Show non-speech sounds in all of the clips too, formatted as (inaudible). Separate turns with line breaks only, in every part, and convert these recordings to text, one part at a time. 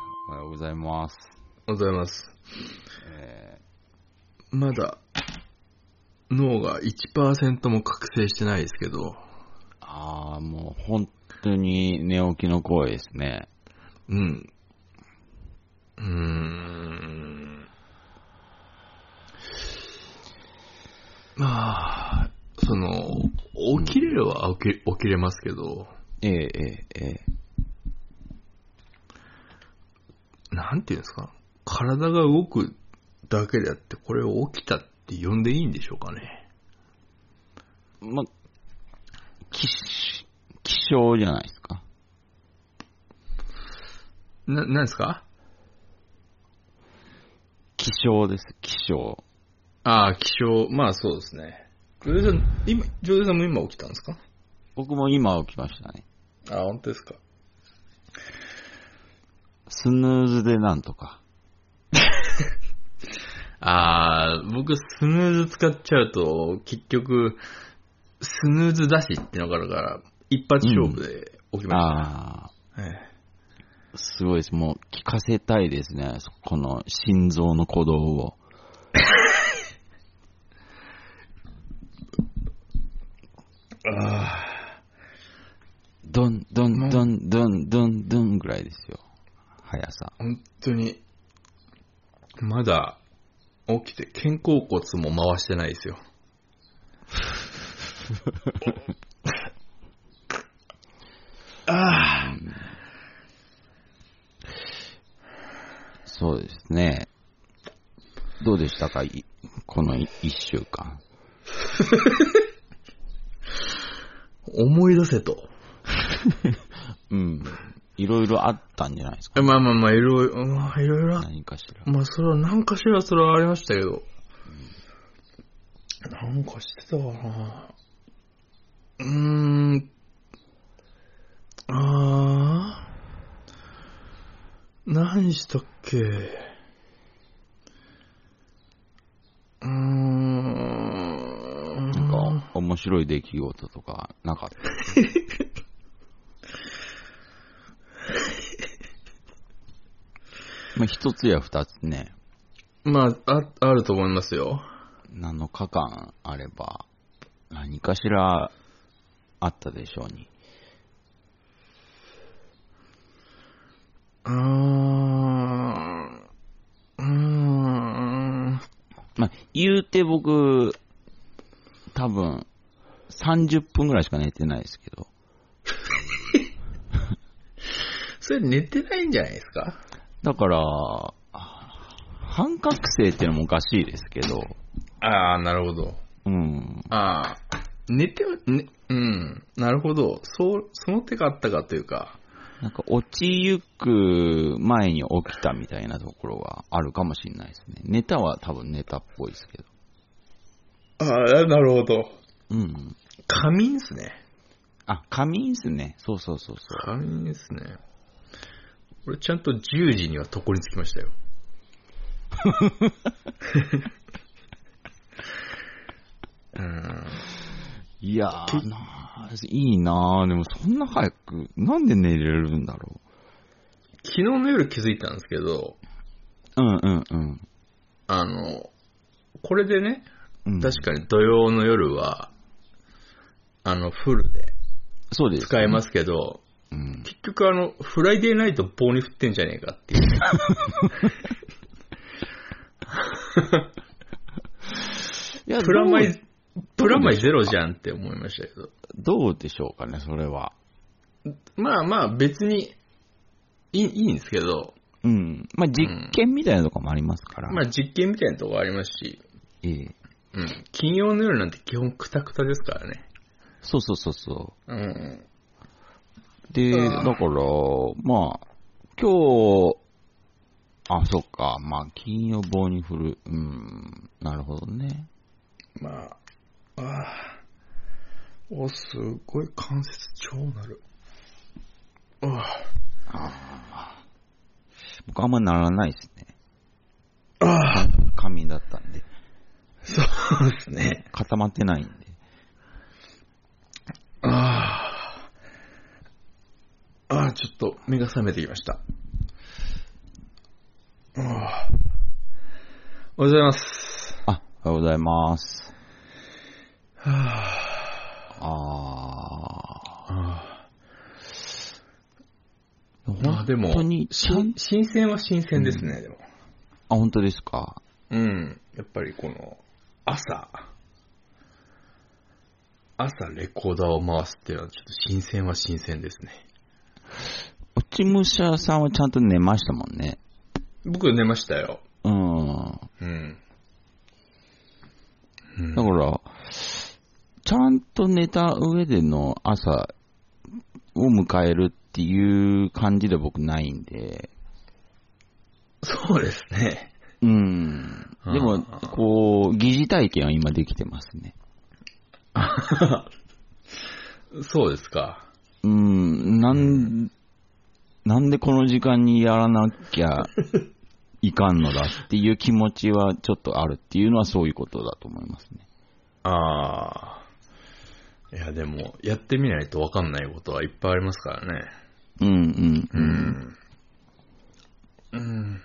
ます。
おはようございます。
え
まだ、脳が1%も覚醒してないですけど、
ー、あー、もう本当に寝起きの声ですね。
うん。うーん。まあ、その、起きれるは起き起きれますけど、
えええええ
なんていうんですか、体が動くだけであって、これを起きたって呼んでいいんでしょうかね。
えま、気し、気象じゃないですか。
な、なんですか
気象です、気象。
ああ、気象、まあそうですね。ジョージさん、今、ジョージさんも今起きたんですか
僕も今起きましたね。
ああ、本当ですか。
スヌーズでなんとか。
ああ、僕、スヌーズ使っちゃうと、結局、スヌーズ出しってのがあるから、一発勝負で起きまし
あ
た。え
ー、すごいです。もう聞かせたいですね。そこの心臓の鼓動を。
(laughs) えあ
どんどんどんどんどんどんぐらいですよ。速さ。
あ、本当に、まだ、起きて、肩甲骨も回してないですよ。ああ、
そうですね。どうでしたかいこのい一週間。
思い出せと。
うん。いろいろあったんじゃないですか。
まあまあまあ、いろいろ、まあいろいろあっ
何かしら。
まあ、それは、なんかしら、それはありましたけど。なんかしてたかなうーん。あー。何したっけうーん。
なんか、面白い出来事とかなかった。まあ、一つや二つね、
まあ、あ、あると思いますよ。
7日間あれば、何かしらあったでしょうに。
うーん。うーん。
まあ、言うて僕、多分、30分ぐらいしか寝てないですけど。
それ寝てないんじゃないですか
だから、あ半覚醒ってのもおかしいですけど、
ああ、なるほど。
うん。
ああ、寝ては、ね、うん、なるほど。そう、その手があったかというか。
なんか落ちゆく前に起きたみたいなところがあるかもしれないですね。ネタは多分ネタっぽいですけど。
ああ、なるほど。
うん。
仮眠っすね。
あ、仮眠ですね。そうそうそうそう。
仮眠ですね。俺ちゃんと10時には床につきま (laughs) したよ。うん、
いやーなーいいなーでもそんな早く、なんで寝れるんだろ
昨日の夜気づいたんですけど、
う。うんうんうん。
あの、これでね、
うん、
確かに土曜の夜は、あの、フルで
そうです、。
使えますすけど、
うん。
結局あの、フライデーナイト棒に振ってんじゃねえかっていう。
いや
プラマ
どう
イ、プラマイゼロじゃんって思いましたけど。
どうでしょうかね、それは。
まあまあ別に、いいいいんですけど、
うん。まあ、実験みたいなとかもありますから。
まあ実験みたいなとこありますし、
ええ
うん。金曜の夜なんて基本クタクタですからね。
そうそうそうそ
うん。
う。で、だ
あ
から、まあ、今日、あ、そっか、まあ、金曜棒に振る。うん、なるほどね。
まあ、ああ。お、すごい関節超なる。あ
僕あんまならないですね。
あ。ああ。
仮眠だったんで。
そうですね。
固まってないんで。
ああ。ああ、ちょっと目が覚めてきました。おはようございます。
あ、おはようございます。
はあ
あー。
まあでも
本当に、、ちゃん
新新鮮は新鮮ですね、でも。
あ、本当ですか。
うん。やっぱりこの、朝、朝レコーダーを回すっていうのはちょっと新鮮は新鮮ですね。
落ち武者さんはちゃんと寝ましたもんね。
僕寝ましたよ。
うん。
うん。うん
だから、ちゃんと寝た上での朝を迎えるっていう感じで僕ないんで、
そうですね。
うん。でも
あ、ー
こう、疑似体験は今できてますね。
そうですか。
うん、なん、なんでこの時間にやらなきゃいかんのだっていう気持ちはちょっとあるっていうのはそういうことだと思いますね。
ああ。いや、でも、やってみないとわかんないことはいっぱいありますからね。
うんうん
う
うん。
ん。うん。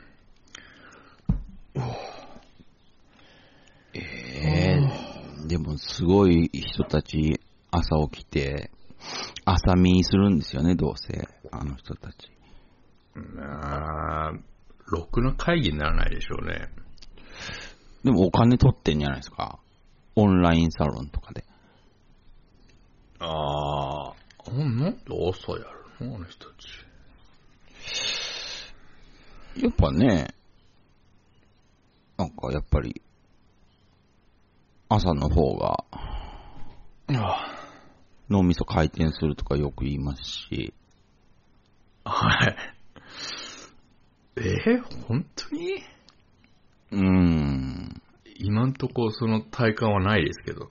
えーでもすごい人たち、朝起きて、朝見するんですよね、どうせ、あの人たち。
まあ、ろくな会議にならないでしょうね。
でもお金取ってんじゃないですか。オンラインサロンとかで。
ああ。なんで朝やるのあの人たち。
やっぱね、なんかやっぱり、朝の方が
あ
脳みそ回転するとかよく言いますし、
あ。はい。えー、本当に
うーん。
今んとこその体感はないですけど。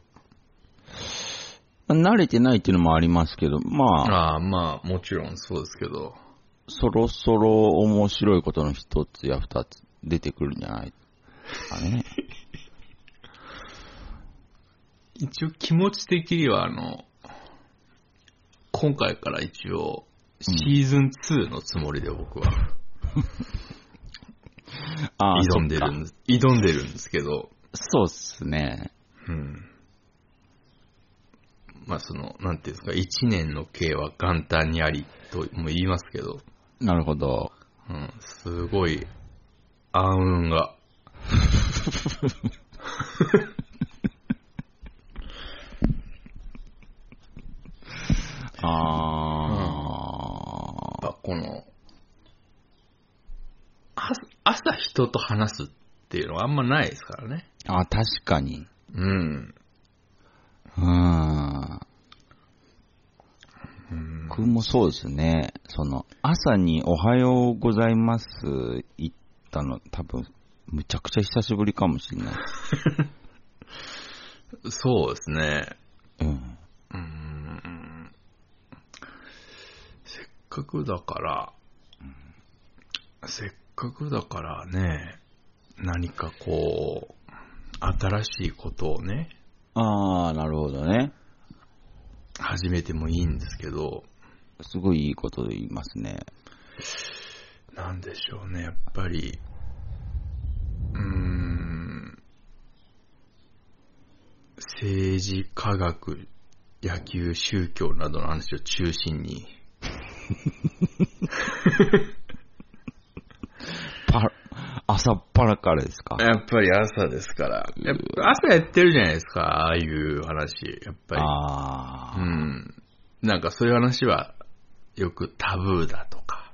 慣れてないっていうのもありますけど、まあ、
ああ、まあ、もちろんそうですけど。
そろそろ面白いことの一つや二つ出てくるんじゃないかね。
一応気持ち的には、あの、今回から一応、シーズン2のつもりで僕は
ああ、
挑んでるんです、挑んでるんですけど、
そうっすね。
うん。まあその、なんていうんですか、一年の計は元旦にありとも言いますけど、
なるほど。
うん、すごい、暗雲が。
ああ、
やっぱこの、あ朝人と話すっていうのはあんまないですからね。
あ確かに。
うん。
うーん。僕もそうですね。その、朝におはようございます行ったの、多分、むちゃくちゃ久しぶりかもしれない。
そうですね。
うん。
うん。せっかくだから、せっかくだからね、何かこう、新しいことをね、
ああ、なるほどね。
始めてもいいんですけど、
すごいいいこと言いますね。
なんでしょうね、やっぱり、うーん、政治、科学、野球、宗教などの話を中心に、
パ朝っぱらからですか。
やっぱり朝ですから、やっぱ朝やってるじゃないですか、ああいう話、やっぱり。
あ
う
あ、
ん。なんかそういう話は、よくタブーだとか、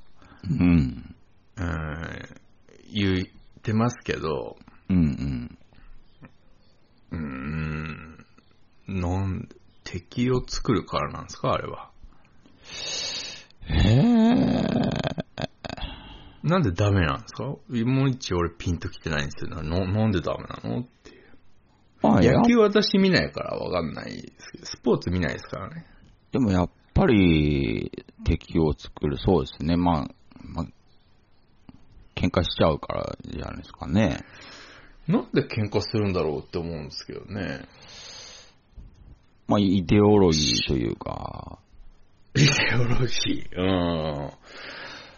うん。
うん、言ってますけど、
うんうん。
うーん、なん、敵を作るからなんですか、あれは。
へえ。
なんでダメなんですかもう一応俺ピンときてないんですけど、ななんでダメなのっていう。
まあ、や
野球私見ないからわかんないですけど、スポーツ見ないですからね。
でもやっぱり、敵を作る、そうですね。まあ、まあ、喧嘩しちゃうからじゃないですかね。
なんで喧嘩するんだろうって思うんですけどね。
まあ、イデオロギーというか、
イデオロギー。うん。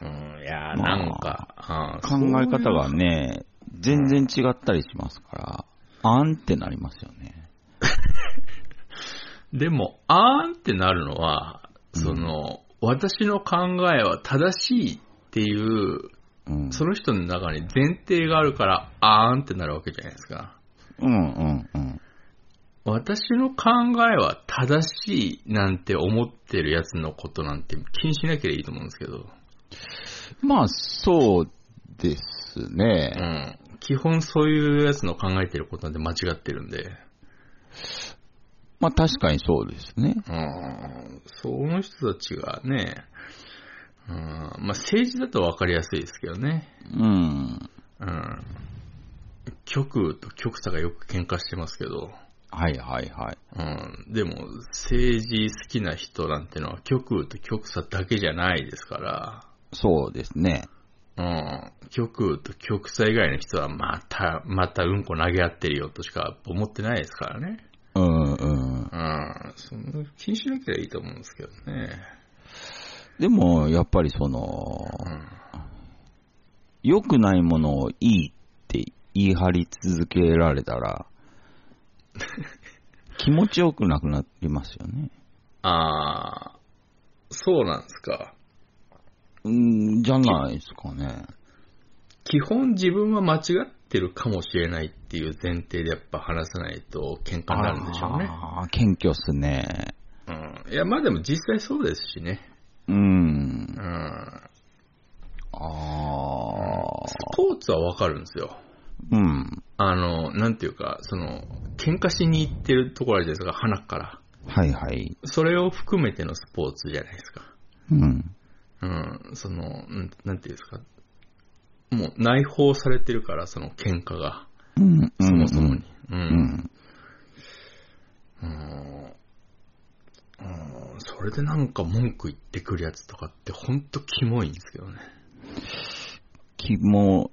うん、いやー、なんか、あー
考え方がね、全然違ったりしますから、あんってなりますよね。
でも、あーんってなるのは、その、私の考えは正しいっていう、
うん。
その人の中に前提があるから、あーんってなるわけじゃないですか。
うんうんうん。
私の考えは正しいなんて思ってるやつのことなんて気にしなければいいと思うんですけど、
まあ、そうですね。
うん。基本そういうやつの考えてることなんて間違ってるんで、
まあ、確かにそうですね。
うん。その人たちがね、うん、まあ政治だとわかりやすいですけどね。
うん。
うん。極と極左がよく喧嘩してますけど、
はいはいはい。
うん。でも、政治好きな人なんてのは極右と極左だけじゃないですから、
そうですね。
うん。極右と極左以外の人はまた、またうんこ投げ合ってるよとしか思ってないですからね。
うんうん。
うん。そんな気にしなければいいと思うんですけどね。
でも、やっぱりその、
うん。
良くないものをいいって言い張り続けられたら、
(laughs)
気持ちよくなくなりますよね。
あー、そうなんですか。
うん、じゃないですかね。
基本自分は間違ってるかもしれないっていう前提でやっぱ話さないと喧嘩になるんでしょうね。
あー謙虚っすね。
うん。いや、まあでも実際そうですしね。
う。
うんん。
ああ。
スポーツはわかるんですよ。
うん。
あの、なんていうか、その、喧嘩しに行ってるところあるじゃないですか、鼻から。
はいはい。
それを含めてのスポーツじゃないですか。
うん。
うん。その、うんなんていうんですか。もう内包されてるから、その喧嘩が。
うん。
そもそもに。う。
うんん。
うんうんそれでなんか文句言ってくるやつとかってほんとキモいんですけどね。
きも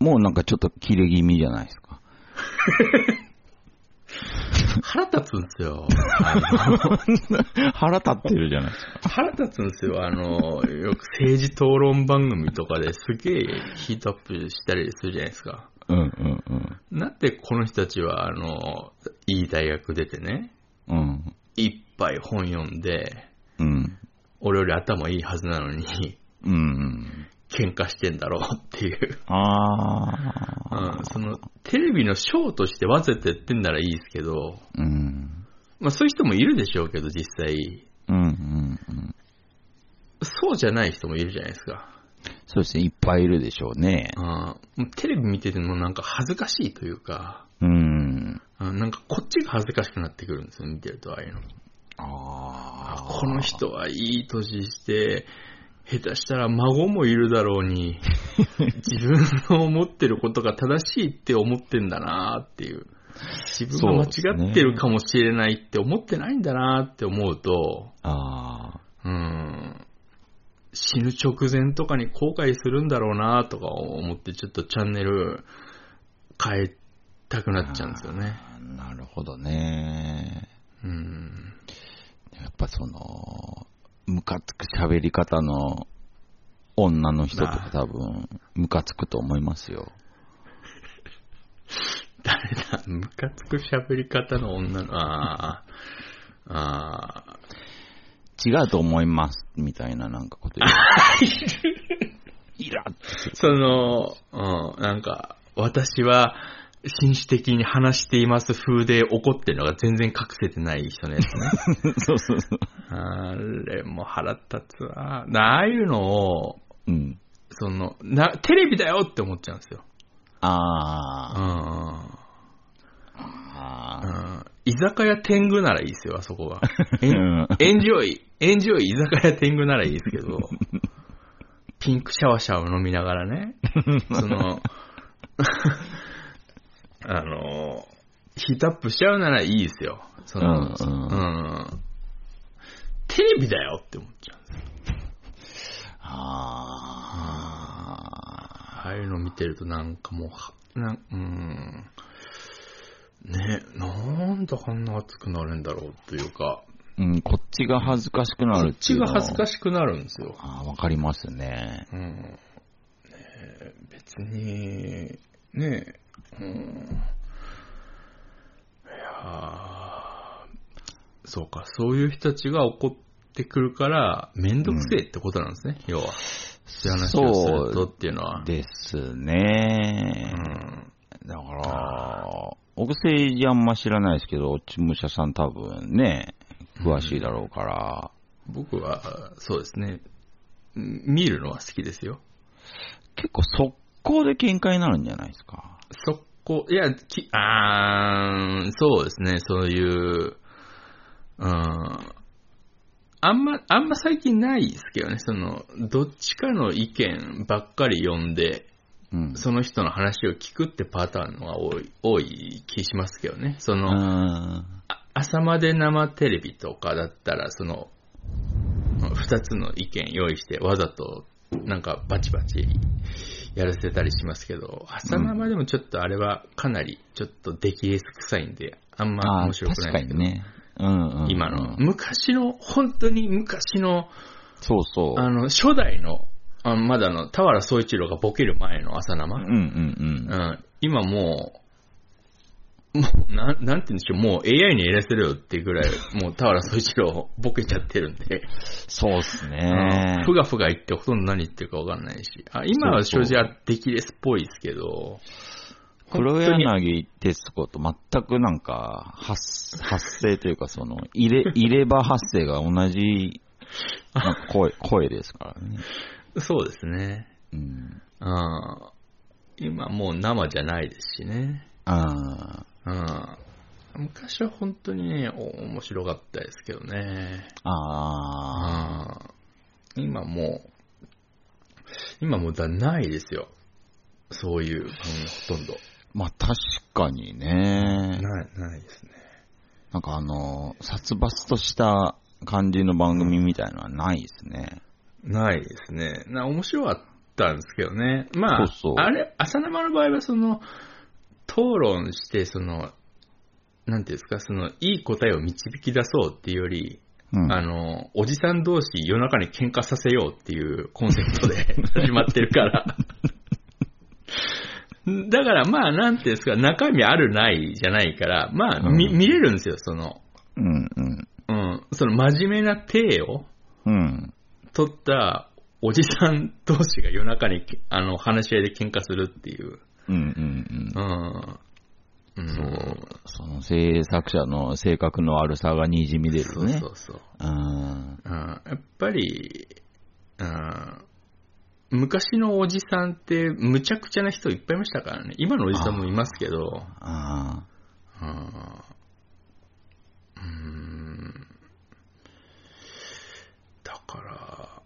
う、もうなんかちょっと切れ気味じゃないですか。
(laughs) 腹立つんですよ。
(laughs) 腹立ってるじゃないですか。
(laughs) 腹立つんですよ。あの、よく政治討論番組とかですげえヒートアップしたりするじゃないですか。
うんうんうん。
なんでこの人たちは、あの、いい大学出てね、
うん。
いっぱい本読んで、
うん。
俺より頭いいはずなのに、 (laughs)
うんうん。
喧嘩してんだろうっていう。
あ
う
あ。
ん、その、テレビのショーとしてわざとやってんならいいですけど、
うん。
まあそういう人もいるでしょうけど、実際。
うんうんうん。
そうじゃない人もいるじゃないですか。
そうですね、いっぱいいるでしょうね。
うんもうテレビ見ててもなんか恥ずかしいというか、
うん。
うんなんかこっちが恥ずかしくなってくるんですよ、見てるとああいうの。
ああ。
この。人はいい年して、下手したら孫もいるだろう
(laughs)
に、自分の思ってることが正しいって思ってんだなっていう。自分が
そうです
間
ね
違ってるかもしれないって思ってないんだなって思うと、
ああ。
うん、死ぬ直前とかに後悔するんだろうなとか思って、ちょっとチャンネル変えたくなっちゃうんですよね。
なるほどね。
うん、
やっぱその、ムカつく喋り方の女の人とか多分、ムカつくと思いますよ。
誰だ、ムカつく喋り方の女の、あーあー、
違うと思います、みたいななんかこと言う。イラッ
その、うん、なんか、私は、紳士的に話しています風で怒ってるのが全然隠せてない人のやつね。 (laughs)
そうそうそう。
あれも腹立つわ。なああいうのを、
うん。
その、な、テレビだよって思っちゃうんですよ。う
あー
ん。
あ
う
ー。
ん。居酒屋天狗ならいいですよ、あそこ
(laughs)
は。え
うん
エンジョイ、エンジョイ居酒屋天狗ならいいですけど、ピンクシャワシャワ飲みながらね、その、 (laughs) あの、ヒートアップしちゃうならいいですよ。その、
うんうん
うんテレビだよって思っちゃうんですよ。
あ
ああいうの見てるとなんかもうは、なん、うん。ね、なんであんな熱くなるんだろうというか、
ー。うん、こっちが恥ずかしくな
こ
る
っ
って
ち
いうの
が恥ずか
しい。
しくなるんですよ。
あーわかりますね。
うんねえ別に、ねえ。うん。いやーそうか、そういう人たちが怒ってくるから、めんどくせえってことなんですね、要は。って話をするとっていうのは。
です
う
ね。
ん。
だから、僕政治あんま知らないですけど、ちむしゃさん多分ね、詳しいだろうから、
僕は、そうですね。うん見るのは好きですよ。
結構速攻で喧嘩になるんじゃないですか。
そこ、いや、きあー、そうですね、そういう、うん。あんま、あんま最近ないですけどね、その、どっちかの意見ばっかり読んで、
うん。
その人の話を聞くってパターンのが多い、多い気しますけどね。その、
うん
あ朝まで生テレビとかだったら、その、二つの意見用意して、わざと、なんかバチバチやらせたりしますけど、朝生でもちょっとあれはかなり、ちょっと出来レス臭いんで、あんま
あ
面
ー
白く
確
な
か
いんですけ
に
ど、
ね。うんうん、うん
今の、昔の、本当に昔の、
そうそう。
あの、初代の、あまだの、田原総一郎がボケる前の朝生、
うんうん
う
うん。
ん、今もう、もうなん、なんて言うんでしょう、もう AI にやらせろよっていうぐらい、もう田原総一郎ボケちゃってるんで、
そうっす
うん
ね
ふ。がふが言ってほとんど何言ってるかわかんないし、あ今は正
そうそう
直出来レスっぽいですけど、
黒
本当に
柳徹子と全くなんか発、発声というか、その、入れ、入れ歯発声が同じ、なんか声、声ですからね。
そうですね。
うん。
うん今もう生じゃないですしね。
あ
うん昔は本当にね、お面白かったですけどね。
あ、ああ、
ああ、今もう、今もうだないですよ。そういう番組ほとんど。
まあ確かにね。
ない、ないですね。
なんかあの、殺伐とした感じの番組みたいのはないですね。
ないですね。な、面白かったんですけどね。まあ、
そうそう
あれ、浅沼の場合はその、討論して、その、なんていうんですか、その、いい答えを導き出そうっていうより、
うん。
あの、おじさん同士夜中に喧嘩させようっていうコンセプト
(laughs)
で始まってるから。だからまあ、なんていうんですか、中身あるないじゃないから、まあ、み
うん
見れるんですよ、その、
うんうん。
うん、その真面目な体を
うん。
取ったおじさん同士が夜中にけあの話し合いで喧嘩するっていう。
うんうん
うん。う
うん。
ん
そう。その制作者の性格の悪さがにじみ出
そ
る
う
ね。
そうそう。
うん。
うんやっぱり、うん、昔のおじさんってむちゃくちゃな人いっぱいいましたからね。今のおじさんもいますけど、
ああ。
うんうんだから、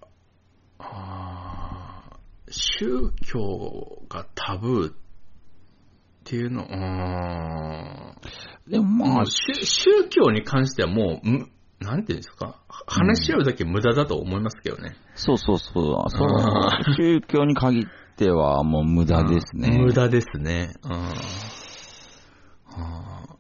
あー宗教がタブーっていうの、うん
でもま
も
あ
う、宗宗教に関してはもう、むなんていうんですか、話し合うだけ無駄だと思いますけどね。
そうそうそう。そ
あ
う宗教に限ってはもう無駄ですね。
無。駄ですね。うんあー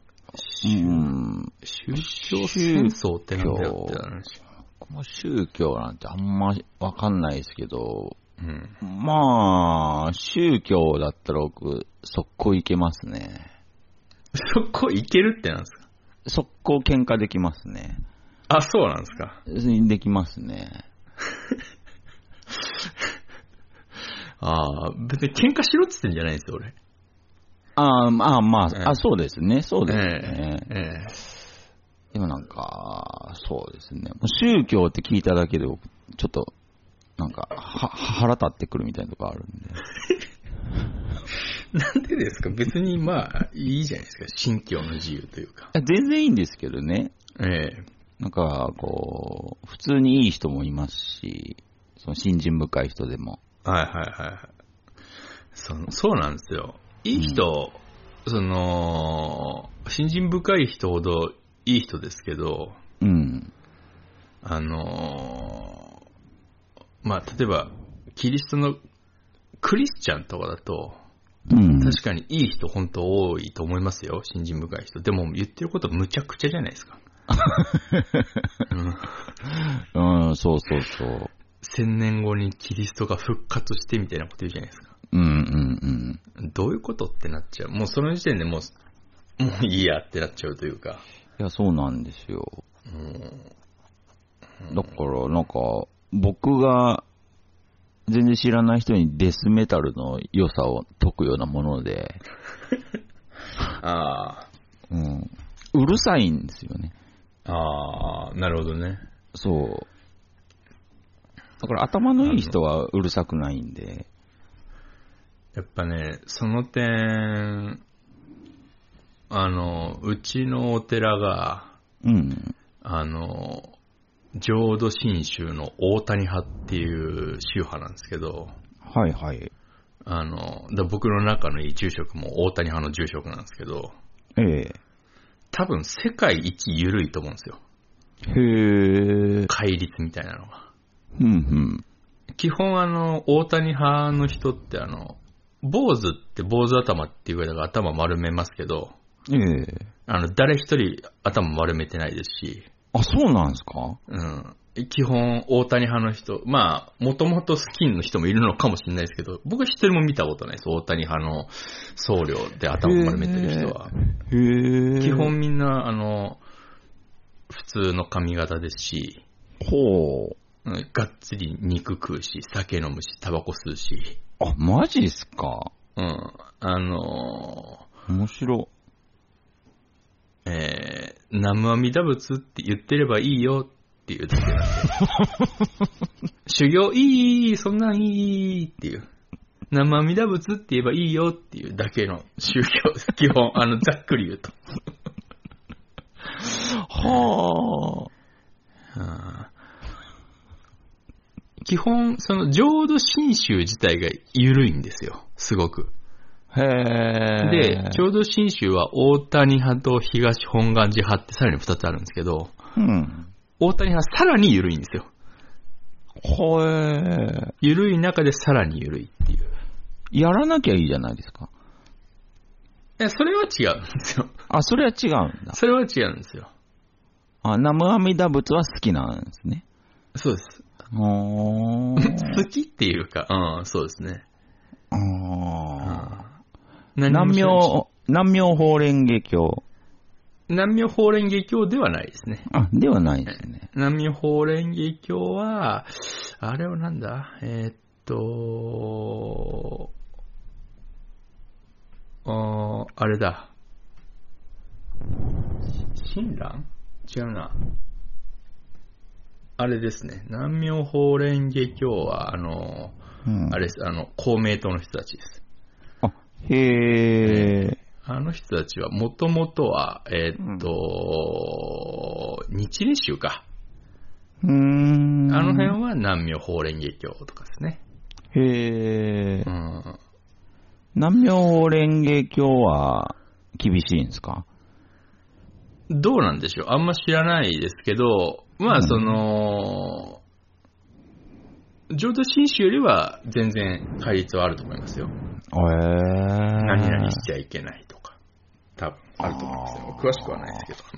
うん。
宗教戦争ってなんだよって話。
この宗教なんてあんまわかんないですけど、
うん、
まあ、宗教だったら僕、速攻いけますね。
そこいけるってなんですか
速攻喧嘩できますね。
あ、そうなんですか。
できますね。
ああ、別に喧嘩しろって言ってんじゃないんですよ、俺。
ああ、まあま
ええ
あ、あ、そうですね、そうです
え
ね
え。え
でもなんか、そうですね。もう宗教って聞いただけで僕、ちょっと、なんか、は、腹立ってくるみたいなとこあるんで。
えなんでですか別にまあ、いいじゃないですか。信教の自由というか。
いや全然いいんですけどね。
え
なんか、こう、普通にいい人もいますし、その信心深い人でも。
えはいはいはいはい。そのそうなんですよ。いい人、その、信心深い人ほどいい人ですけど、
うん。
あのーまあ、例えば、キリストのクリスチャンとかだと、
うん。
確かにいい人本当多いと思いますよ。信心深い人。でも言ってることむちゃくちゃじゃないですか。うん
うん、そうそうそう。
千年後にキリストが復活してみたいなこと言うじゃないですか。
うんうん
どういうことってなっちゃう。もうその時点でもう、もういいやってなっちゃうというか。
うん。いや、そうなんですよ。
うん。
だから、なんか、僕が全然知らない人にデスメタルの良さを解くようなもので、
あ
うん、うるさいんですよね。
あ、ああ、なるほどね。
そう。だから頭のいい人はうるさくないんで、
やっぱね、その点、あの、うちのお寺が、
うん。
あの、浄土真宗の大谷派っていう宗派なんですけど、
はいはい。
あの、だ僕の中のいい住職も大谷派の住職なんですけど、
ええ。
多分世界一緩いと思うんですよ。
へえ。
戒律みたいなのが。
うんうん。
基本あの、大谷派の人ってあの、坊主って坊主頭っていうぐらいだから頭丸めますけど、
ええ。
あの、誰一人頭丸めてないですし、
あ、そうなんですか
うん。基本、大谷派の人。まあ、もともとスキンの人もいるのかもしれないですけど、僕は一人も見たことないです。大谷派の僧侶で頭を丸めてる人は。
へえ。
基本。みんな、あの、普通の髪型ですし、
ほう。
うんがっつり肉食うし、酒飲むし、タバコ吸うし、
あ、マジっすか
うん。あの
面白。
ー、えー、南無阿弥陀仏って言ってればいいよっていうだけなんで。修行いい、そんなんいいっていう。生身陀仏って言えばいいよっていうだけの宗教、基本、あの、ざっくり言うと。
はあ。
基本、その、浄土真宗自体が緩いんですよ。すごく。
へえ。
で、浄土真宗は大谷派と東本願寺派ってさらに二つあるんですけど、
うん。
大谷派さらに緩いんですよ。
ほえ。
緩い中でさらに緩いっていう。
やらなきゃいいじゃないですか。
え、それは違うんですよ。
あ、それは違うんだ。
それは違うんですよ。
あ、ナムアミダ仏は好きなんですね。
そうです。
ほー
(laughs) 好きっていうか、うん、そうですね。
あー。(laughs)
何
南
も
明、南明法蓮華経。
南明法蓮華経ではないですね。
あ、ではないですね。
南明法蓮華経は、あれはなんだえーっと、あーあれだ。親鸞違うな。あれですね。南明法蓮華経は、あの、
うん
あれです、あの、公明党の人たちです。
あ、へえ。
あの人たちは、もともとは、えーっと、日蓮宗か。
うーん。
あの辺は南明法蓮華経とかですね。
へえ
う。ん。
南明法蓮華経は厳しいんですか
どうなんでしょうあんま知らないですけど、まあその、浄土真宗よりは全然戒律はあると思いますよ。
へえ。何
何々しちゃいけないとか。多分あると思いますよ。
あー
詳しくはないですけど、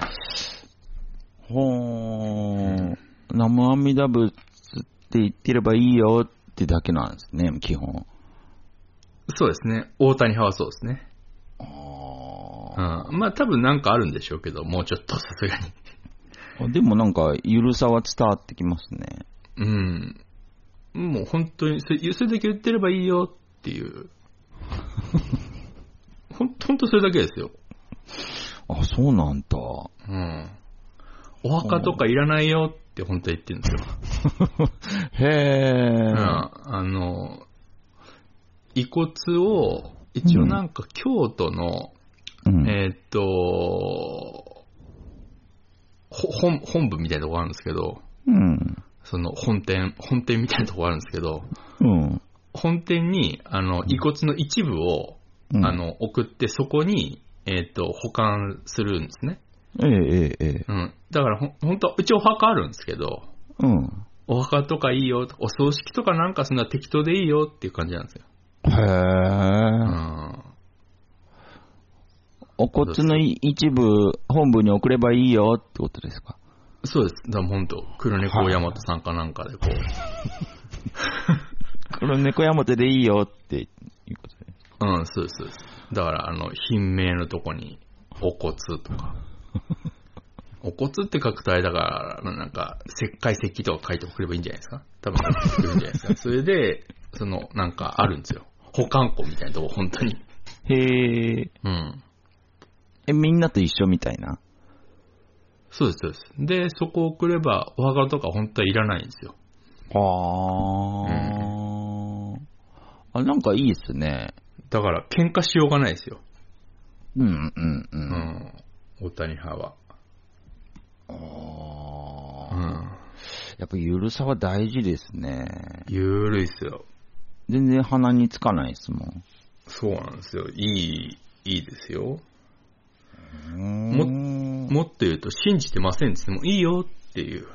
あんまり。
ほー。ナムアミダ仏って言ってればいいよってだけなんですね、基本。
そうですね。大谷派はそうですね。
あ
うん。まあ多分なんかあるんでしょうけど、もうちょっとさすがに。
ーでもなんか、ゆるさは伝わってきますね。
うん。もう本当に、それそれだけ言ってればいいよっていう。ほんほんとそれだけですよ。
あ、そうなんだ。
うん。お墓とかいらないよって本当は言ってるんですよ。
へ
うん。
え。
あの、遺骨を、一応なんか京都の、
うん。
えーっと、ほ本本部みたいなとこあるんですけど、
うん。
その本店、本店みたいなとこあるんですけど、
うん。
本店に、あの、遺骨の一部を、
うん
あ、の、送って、そこに、えっ、と、保管するんですね。
ええええええ。
うん。だからほん、本当うちお墓あるんですけど、
うん。
お墓とかいいよ、お葬式とかなんかそんな適当でいいよっていう感じなんですよ。う
へえ。
ん。
お骨の一部、本部に送ればいいよってことですか。
そうです。だから本当黒猫大和さんかなんかでこう、
これ猫山手でいいよっていうことで。
うん、そうですそうです。だから、あの、品名のとこに、お骨と (laughs) か。お骨って書くとあれだから、なんか、石灰石とか書いて送ればいいんじゃないですか多分、送ればいいんじゃない (laughs) ですか。それで、その、なんかあるんですよ。保管庫みたいなとこ、本当に。
へえ。
うん。
え、みんなと一緒みたいな。
そうです、そうです。で、そこ送れば、お墓とか本当はいらないんですよ。
あー。あ、なんかいいですね。
だから、喧嘩しようがないですよ。
うん、うん、う。
うんん。大谷派は。
あ
う
ー。
ん。
やっぱゆるさは大事ですね。
ゆるいっすよ。
全然鼻につかないですもん。
そうなんですよ。いい、いいですよ。
もも
もっと言うと、信じてませんっつってもいいよっていう。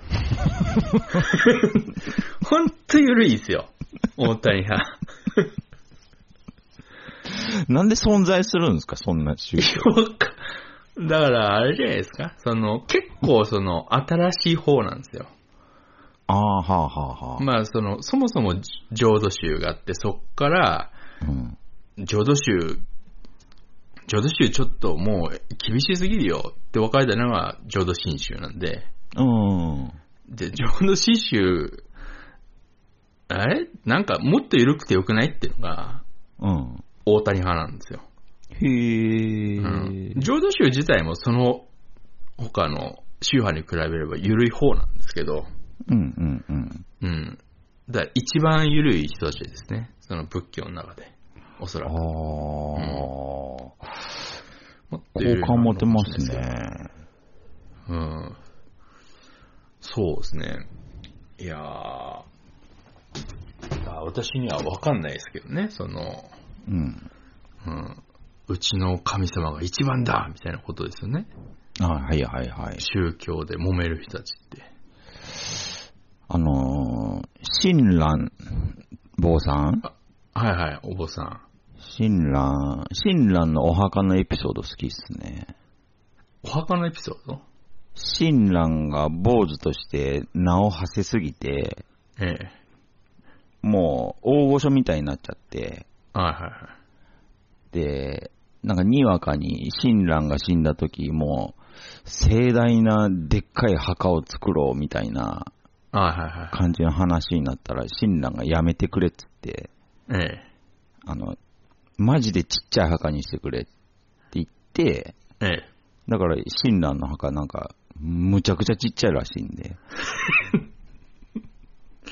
(laughs) ほんとゆるいですよ。大谷派。
なんで存在するんですか、そんな宗教。
だから、あれじゃないですか。その、結構その、新しい方なんですよ。
ああ、はあ、はあ、はあ。
まあ、その、そもそも浄土宗があって、そっから、
うん
浄土宗、浄土宗ちょっともう厳しすぎるよって分かれたのは浄土真宗なんで、
うん。
で、浄土真宗、あれなんかもっと緩くてよくないっていうのが
うん。
大谷派なんですよ。
へえ。
うん、浄土宗自体もその他の宗派に比べれば緩い方なんですけど、
うん、うん、うん。
うん。だから一番緩い人たちですね。その仏教の中で。おそら
あ
く。
あ。好
もっと緩い
感持てます
のかもしれないで
ね。
すよ。うん。そうですね。いやーあ私にはわかんないですけどね、その、
うん。
うん、うちの神様が一番だみたいなことですよね。
あはい、はい、はい。
宗教で揉める人たちって。
あのー、親鸞坊さん
はいはい、お坊さん。
親鸞、親鸞のお墓のエピソード好きっすね。
お墓のエピソード
親鸞が坊主として名を馳せすぎて、
ええ。
もう大御所みたいになっちゃって、
はいはいはい。
で、なんかにわかに親鸞が死んだ時もう、盛大なでっかい墓を作ろうみたいな
はいは
感じの話になったら、親鸞がやめてくれっつって、
いはい。ええ。
あの、マジでちっちゃい墓にしてくれって言って、
え
だから親鸞の墓なんか、むちゃくちゃちっちゃいらしいんで。
え。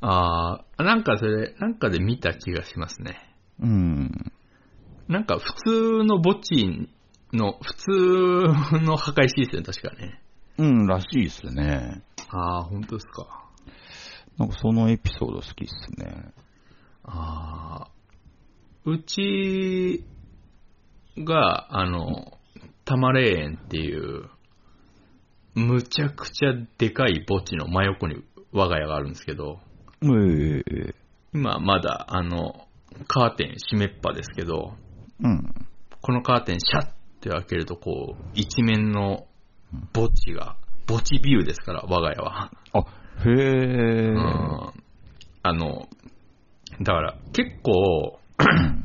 ああ、なんかそれ、なんかで見た気がしますね。
うん。
なんか普通の墓地の、普通の墓石ですよね、確かね。
うん、らしいっすね。
ああ、本当ですか。
なんかそのエピソード好きっすね。
ああ、うちが、あの、玉霊園っていう、むちゃくちゃでかい墓地の真横に我が家があるんですけど、
ええ
今まだ、あの、カーテン閉めっぱですけど、
うん。
このカーテンシャッて開けると、こう、一面の墓地が、墓地ビューですから、我が家は。
あ、へえ。
う
うん
あの、だから結構、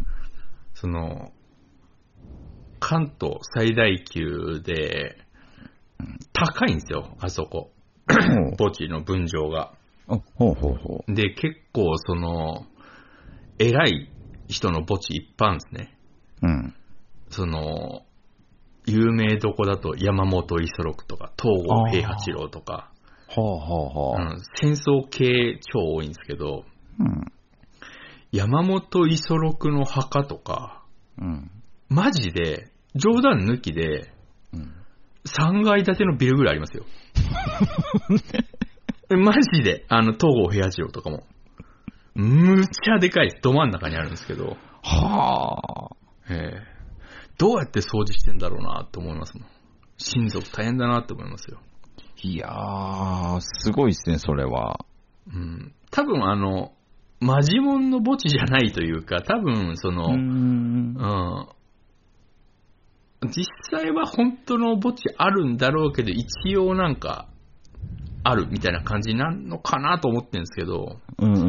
(clears throat) その、関東最大級で、高いんですよ、あそこ。
ん。
墓地の分譲が。
(coughs) あ、ほうほうほ
で、結構その、偉い人の墓地いっぱいあるんですね。
う。うん。
その、有名どこだと山本五十六とか、東郷平八郎とか、
はあはあはあ。
うん戦争系超多いんですけど、
うん。
山本五十六の墓とか、
うん。
マジで、冗談抜きで、
うん。
3階建てのビルぐらいありますよ。
(laughs)
マジで、あの、東郷平八郎とかも。むちゃでかいです。ど真ん中にあるんですけど、
はあ。
ええどうやって掃除してんだろうなと思いますもん。親族大変だなと思いますよ。
いやー、すごいっすね、それは。
うん。多分あの、マジモンの墓地じゃないというか、多分そ
ん。
の、うん。実際は本当の墓地あるんだろうけど、一応なんか、あるみたいな感じなのかなと思ってるんですけど、
うんう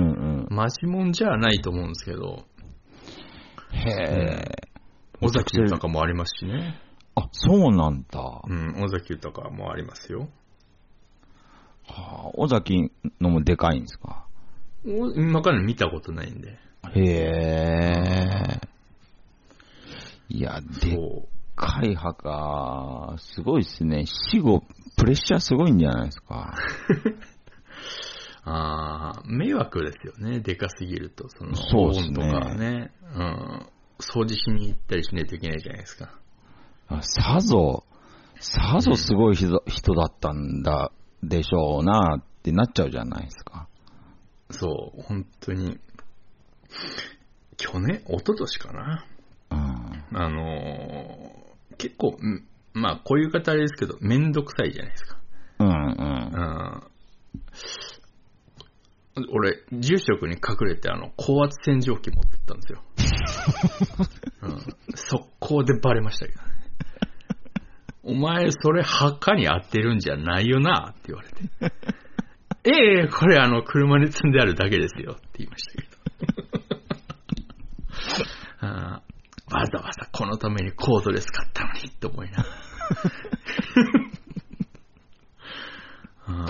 ん
マジもんじゃないと思うんですけど、
うん。へえ。
尾崎豊もありますしね。
あ、そうなんだ。
うん、尾崎豊もありますよ。
はあ、尾崎のもでかいんですか。
お今から見たことないんで。
へえ。いや、でっ
そ
かい墓か、すごいですね。死後、プレッシャーすごいんじゃないですか。
う。ああ、迷惑ですよね。でかすぎると。その、
そうですね
お盆とかね。うん。掃除しに行ったりしないといけないじゃないですか。
あさぞ、さぞすごい人人だったんだでしょうなってなっちゃうじゃないですか。
そう、本当に。去年、一昨年かな。
うん。
あのー結構、んまあ、こういう方あれですけど、めんどくさいじゃないですか。
うんうん。
うん。俺、住職に隠れて、あの、高圧洗浄機持ってったんですよ。うん。速攻でバレましたけどね。お前、それ墓に当てるんじゃないよな、って言われて。ええこれあの、車に積んであるだけですよ、って言いましたけど。あーわざわざこのためにコードレス買ったのに、と思いながら。あ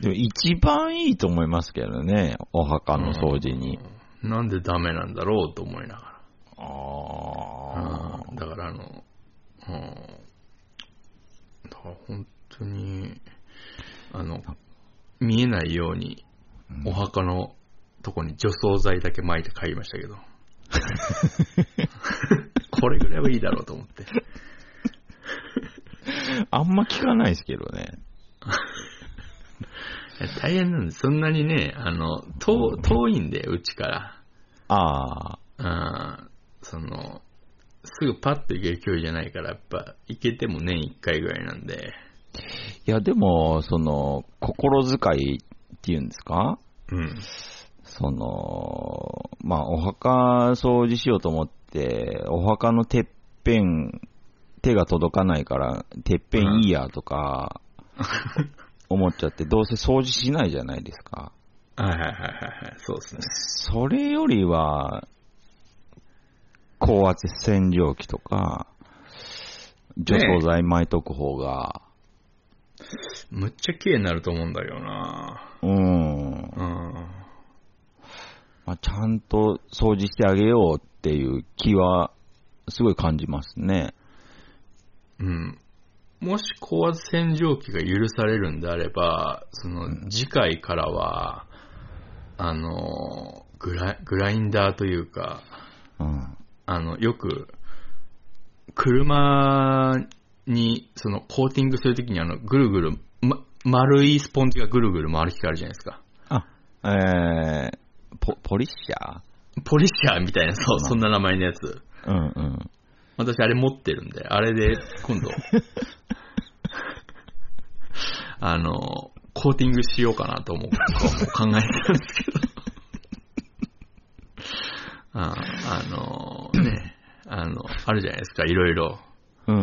ー
でも一番いいと思いますけどね、お墓の掃除に。
なんでダメなんだろうと思いなが
あ
ら。
あ
う。んだからあの、うん。だから本当に、あの、見えないように、お墓のとこに除草剤だけ巻いて帰りましたけ (laughs) ど。これぐらいはいいだろうと思って。
あんま聞かないですけどね。
大変なんです。そんなにね、あの、遠、遠いんで、うちから。
ああ。
うんその、すぐパッと行ける距離じゃないから、やっぱ、行けても年1回ぐらいなんで、
いや、でも、その、心遣いっていうんですか
うん。
その、まあ、お墓掃除しようと思って、お墓のてっぺん、手が届かないから、てっぺんいいやと (laughs) か、思っちゃって、どうせ掃除しないじゃないですか。
はいはいはいはいはい、そうですね。
それよりは、高圧洗浄機とか、除草剤巻いとく方が、
むっちゃ綺麗になると思うんだけどな
うん、
うん。
まあ、ちゃんと掃除してあげようっていう気は、すごい感じますね。
うん。もし高圧洗浄機が許されるんであれば、その、次回からは、あの、グラ、グラインダーというか、
うん。
あの、よく、車に、その、コーティングするときに、あの、ぐるぐる、ま、丸いスポンジがぐるぐる回る機があるじゃないですか。
あ、えー、ポ、ポリッシャー
ポリッシャーみたいな、そ
う
う、
ん
そんな名前のやつ。
うんうん。
私、あれ持ってるんで、あれで、今
(laughs)
度、あの、コーティングしようかなと思う、考えてるんです
(laughs)
けど。ああの、ね、あの、あるじゃないですか、いろいろ。
うん。
う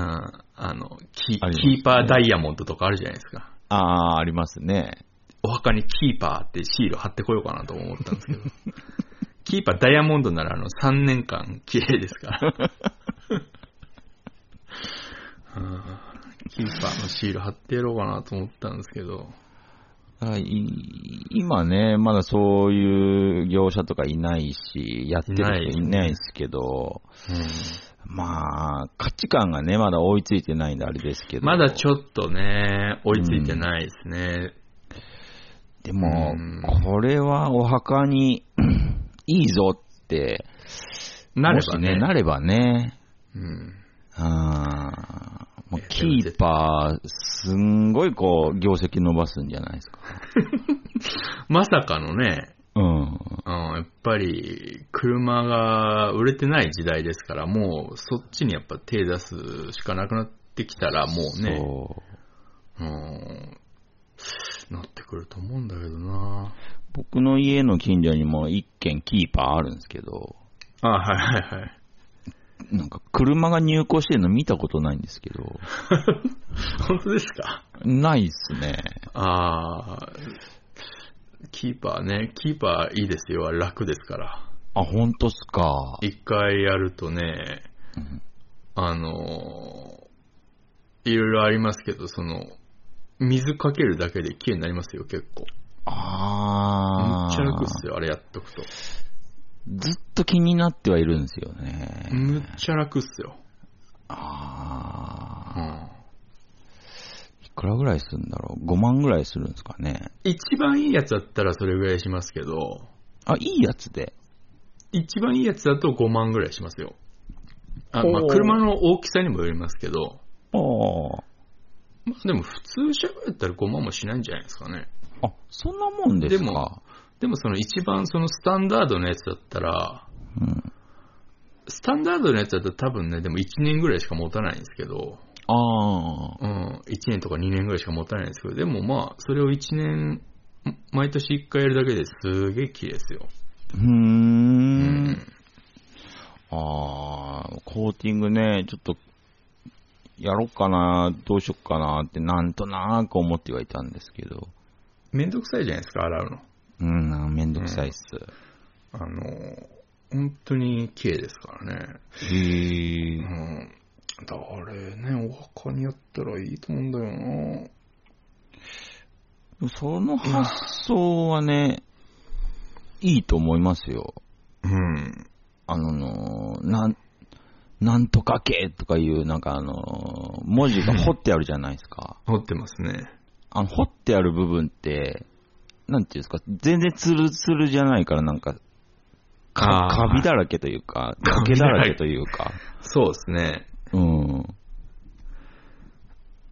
んあの、キ
あります
キーパーダイヤモンドとかあるじゃないですか。
あー、ありますね。
お墓にキーパーってシール貼ってこようかなと思ったんですけど。 (laughs) キーパーダイヤモンドならあの3年間綺麗ですから。 (laughs) うんキーパーのシール貼ってやろうかなと思ったんですけど。
あい今ね、まだそういう業者とかいないし、やってる人いないですけど、まあ、価値観がね、まだ追いついてないんであれですけど。
まだちょっとね、追いついてないですね。
でも
うん、
これはお墓に (clears throat) いいぞって、
なれば
もし
ね。
なればね。
うん
あーもう
いや
キーパー、すんごいこう、業績伸ばすんじゃないですか。
まさかのね、
うん。
うん、やっぱり、車が売れてない時代ですから、もうそっちにやっぱ手出すしかなくなってきたら、もうね、
そう
うん、なってくると思うんだけどな
僕の家の近所にも一軒キーパーあるんですけど、
あはいはいはい。 (laughs)
なんか車が入庫してるの見たことないんですけど、
本当ですか
ないっすね。
ああ、キーパーね、キーパーいいですよ、楽ですから。
あ、ほんとっすか。
一回やるとね、
うん
あのーいろいろありますけど、その、水かけるだけで綺麗になりますよ、結構。め
あ
っちゃ楽っす
ー
よ、あれやっとくと。
ずっと気になってはいるんですよね。
むっちゃ楽っすよ。う
あ
ん。
ーいくらぐらいするんだろう。5万ぐらいするんですかね。
一番いいやつだったらそれぐらいしますけど、
あ、いいやつで。
一番いいやつだと5万ぐらいしますよ。あまあ、
おー
車の大きさにもよりますけど、
あー
まあ、でも普通車だったら5万もしないんじゃないですかね。
あ、そんなもんですか。
でもでもその一番そのスタンダードのやつだったら、
うん、
スタンダードのやつだったら多分ね、でも1年ぐらいしか持たないんですけど、
ああ、
うん、1年とか2年ぐらいしか持たないんですけど、でもまあ、それを1年、毎年1回やるだけですげえ綺麗ですよ。
うー。。
うん
ああ、コーティングね、ちょっと、やろっかな、どうしよっかなって、なんとなく思ってはいたんですけど、
めんどくさいじゃないですか、洗うの。
うん、めんどくさいっす。
あの、本当に綺麗ですからね。
へ
う
え。
ん。だあれね、お墓にやったらいいと思うんだよな
その発想はね、いいと思いますよ。
うん。
あのー、なん、なんとか系とかいう、なんかあのー、文字が彫ってあるじゃないですか。
持ってますね。
あの、掘ってある部分って、なんていうんですか、全然ツルツルじゃないから、なんか、か、
あー
カビだらけというか、
カ
毛
ビ
だ
だ
ら
ら
け
け
というか、
そうですね。
うん。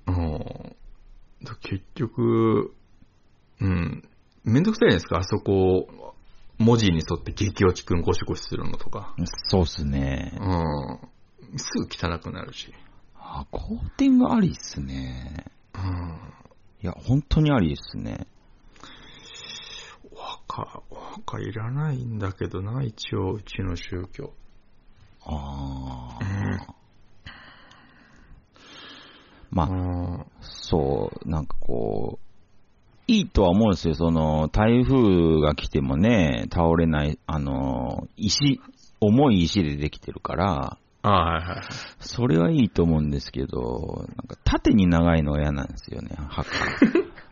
うん。だ結局、うん。めんどくさいじゃないですか、あそこ、文字に沿って激落ちくんゴシゴシするのとか。
そうっすね
う。ん。すぐ汚くなるし。
あ、コーティングありっすね。
うん。
いや、本当にありっすね。
お墓、お墓いらないんだけどな、一応、うちの宗教。
あ
う
あ。
ん。
まあ、
うん
そう、なんかこう、いいとは思うんですよ。その、台風が来てもね、倒れない、あの、石、重い石でできてるから、
あはいはいはい。
それはいいと思うんですけど、なんか縦に長いのは嫌なんですよね、墓。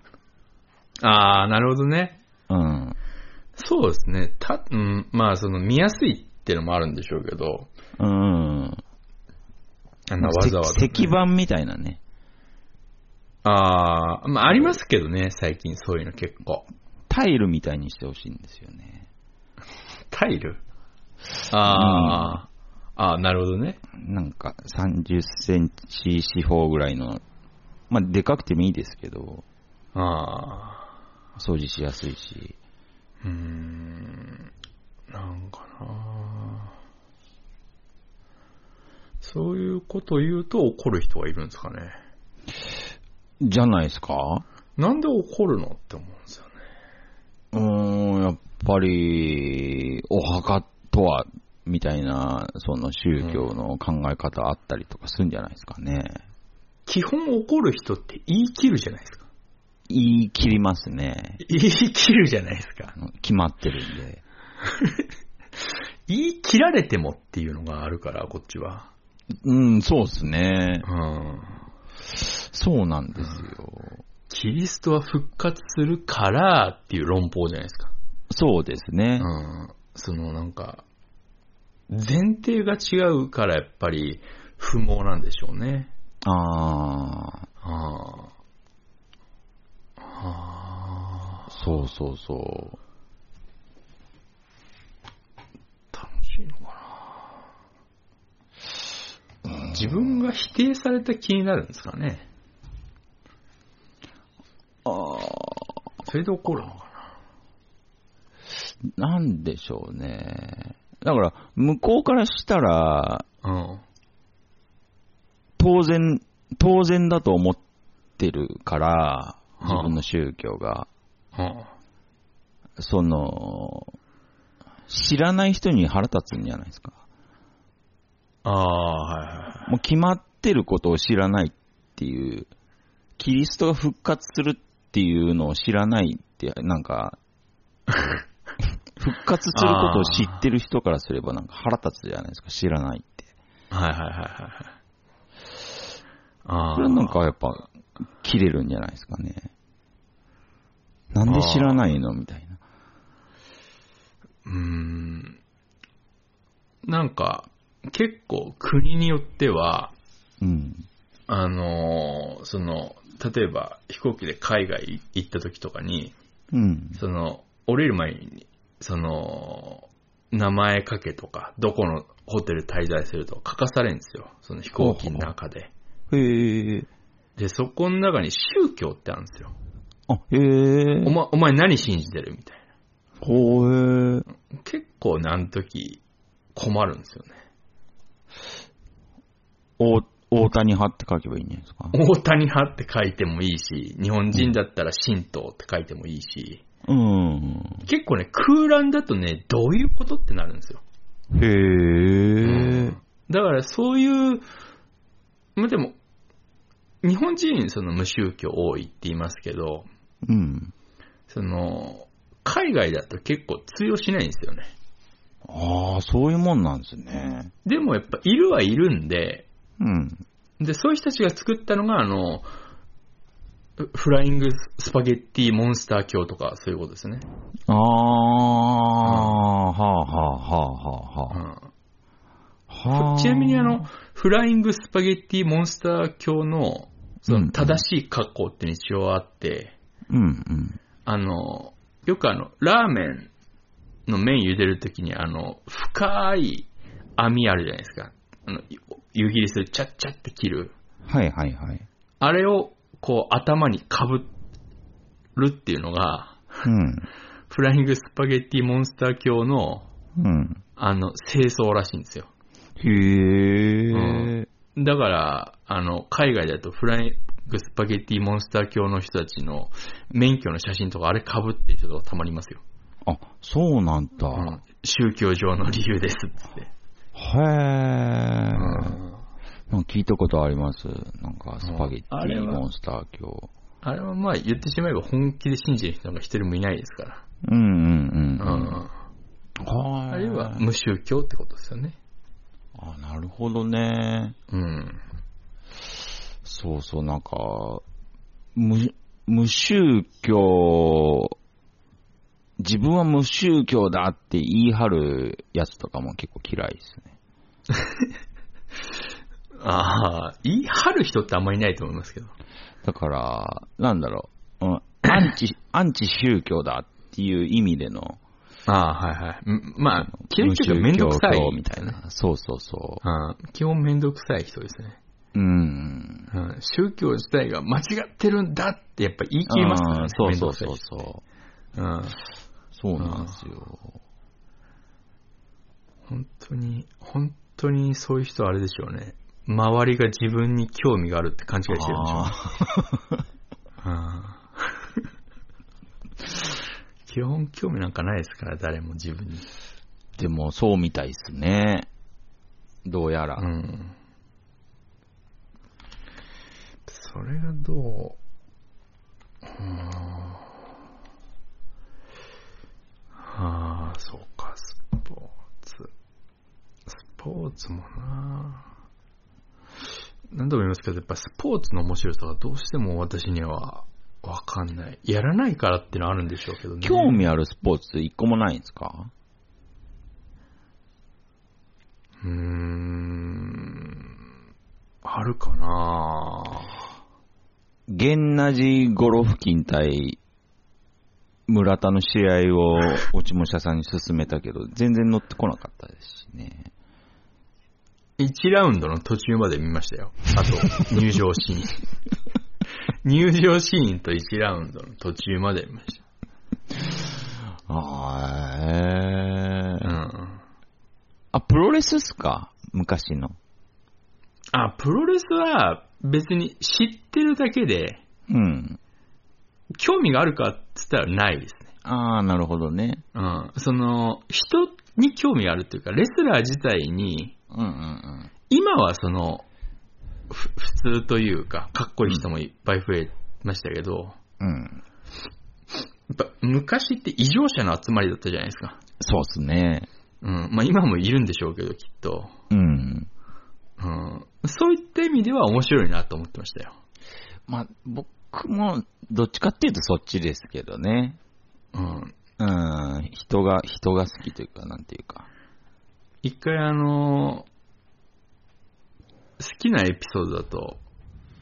(laughs) ああ、なるほどね。
うん。
そうですね。た、うん、まあ、その、見やすいってのもあるんでしょうけど、
うん。
あ
ま
の、
あ
わざわざ、
せ石板みたいなね。
ああ、まあ、ありますけどね、最近そういうの結構。
タイルみたいにしてほしいんですよね。
タイルああ、ああ、なるほどね。
なんか30センチ四方ぐらいの、まあ、でかくてもいいですけど、
ああ、
掃除しやすいし。
うーん、なんかな。そういうこと言うと怒る人がいるんですかね。
じゃないですか
なんで怒るのって思うんですよね。
うーん、やっぱり、お墓とは、みたいな、その宗教の考え方あったりとかするんじゃないですかね。
基本怒る人って言い切るじゃないですか。
言い切りますね。
言い切るじゃないですか
あ。の決まってるんで。
言い切られてもっていうのがあるから、こっちは。
うん、そうですね。
うん。
そうなんですよ。
キリストは復活するからっていう論法じゃないですか。
そうですね。
うん。そのなんか、前提が違うからやっぱり不毛なんでしょうね。
あ
ああ。あ
あ、そうそうそう。
あ。楽しいのかな。自分が否定された気になるんですかね。
あ
それで怒るのか
あ、なんでしょうね。だから、向こうからしたら、
な。うん。
当然、当然だと思ってるから、
あ
自分の宗教が、
うん。
その、知らない人に腹立つんじゃないですか。
ああ、はいはいはい。
もう決まってることを知らないっていう、キリストが復活するっていうのを知らないって、なん
(laughs)
か、復活することを知ってる人からすればなんか腹立つじゃないですか、知らないって。
はいはいはいはいはい。ああ。
それはなんかやっぱ、切れるんじゃないですかね。なんで知らないのみたいな。
うーん。なんか、結構国によっては、
うん。
あのーその、例えば飛行機で海外行った時とかに、
うん。
その、降りる前に、その、名前書けとか、どこのホテル滞在するとか書かされるんですよ。その飛行機の中で。
へえ。
で、そこの中に宗教ってあるんですよ。
あ、へえ
お。前、お前何信じてるみたい
ほうへえ。
な。結構ね、あの時、困るんですよね。
お、大谷派って書けばいいんじゃないですか。
大谷派って書いてもいいし、日本人だったら神道って書いてもいいし、
うん。
結構ね、空欄だとね、どういうことってなるんですよ。
へ
う
え
ん。だからそういう、まあ、でも、日本人、その無宗教多いって言いますけど、
うん。
その、海外だと結構通用しないんですよね。
ああ、そういうもんなんですね。
でもやっぱいるはいるんで、
うん。
で、そういう人たちが作ったのが、あの、フライングスパゲッティモンスター教とかそういうことですね。
ああ、はあはあはあ
う
は
ん
あはあ。
ちなみにあの、、フライングスパゲッティモンスター教の、そ
うんう
の
ん
正しい格好って一応あって、
うんうん。
あの、よくあの、ラーメンの麺茹でるときにあの、深い網あるじゃないですか。あの、湯切りする、チャッチャって切る。
はいはいはい。
あれを、こう、頭にかぶるっていうのが、
うん。
フライングスパゲッティモンスター教の、
うん。
あの、清掃らしいんですよ。
へえ。
だから、あの、海外だとフライングスパゲッティモンスター教の人たちの免許の写真とかあれ被ってる人とかたまりますよ。
あ、そうなんだ。
うん宗教上の理由ですっつって。
へえ。なんか聞いたことあります。なんか、スパゲッテ
あれ
ィ
は
モンスター教。
あれはまあ言ってしまえば本気で信じる人が一人もいないですか
うんうんうん。
ら。うん。
はい。
あるいは無宗教ってことですよね。
あ、なるほどね。
うん。
そうそう、なんか、無、無宗教、自分は無宗教だって言い張るやつとかも結構嫌いですね。
ああ、言い張る人ってあんまりいないと思いますけど。
だから、なんだろう、うん、アンチ、 (coughs) アンチ宗教だっていう意味での、
ああ、はいはい。んまあ、結局めんどくさ
無宗
い
教。みたい。な。そうそうそ
うん。基本めんどくさい人ですね。
う。うん。
うん。宗教自体が間違ってるんだってやっぱ言い切りますから
あ
ね
ー。そう
めん
そ
ど
う
くさい
そう
人
そう。
うん。
そうなんですよ。
本当に、本当にそういう人はあれでしょうね。周りが自分に興味があるって勘違いしてるんでしょうね。
あ
あー基本興味なんかないですから、誰も自分に。
ーでも、そうみたいですね。どうやら。
うん。それがどう、うーん。ああ、そうか、スポーツ。スポーツもな何度も言いますけど、やっぱスポーツの面白さがどうしても私にはわかんない。やらないからってのはあるんでしょうけどね。
興味あるスポーツ一個もないんですか
うーん。あるかな
源なじゴロフキン対村田の試合を落ち武者さんに勧めたけど、全然乗ってこなかったですしね。
1ラウンドの途中まで見ましたよ。あと、入場シーン。入場シーンと1ラウンドの途中まで見まし
あー、
た。う
えー、
ん。
あ、プロレスっすか昔の。
あ、プロレスは別に知ってるだけで、
うん。
興味があるかって言ったらないですね。
あー、なるほどね。
うん。その、人に興味があるというか、レスラー自体に
うんうんうん。
今はその、ふ普通というか、かっこいい人もいっぱい増えましたけど、
うん。
やっぱ昔って異常者の集まりだったじゃないですか。
そうっすね。
うん。まあ今もいるんでしょうけど、きっと。
うん。
うん。そういった意味では面白いなと思ってましたよ。
まあ、僕も、どっちかっていうとそっちですけどね。
うん。
うん。人が、人が好きというか、なんていうか。
一回あの、好きなエピソードだと、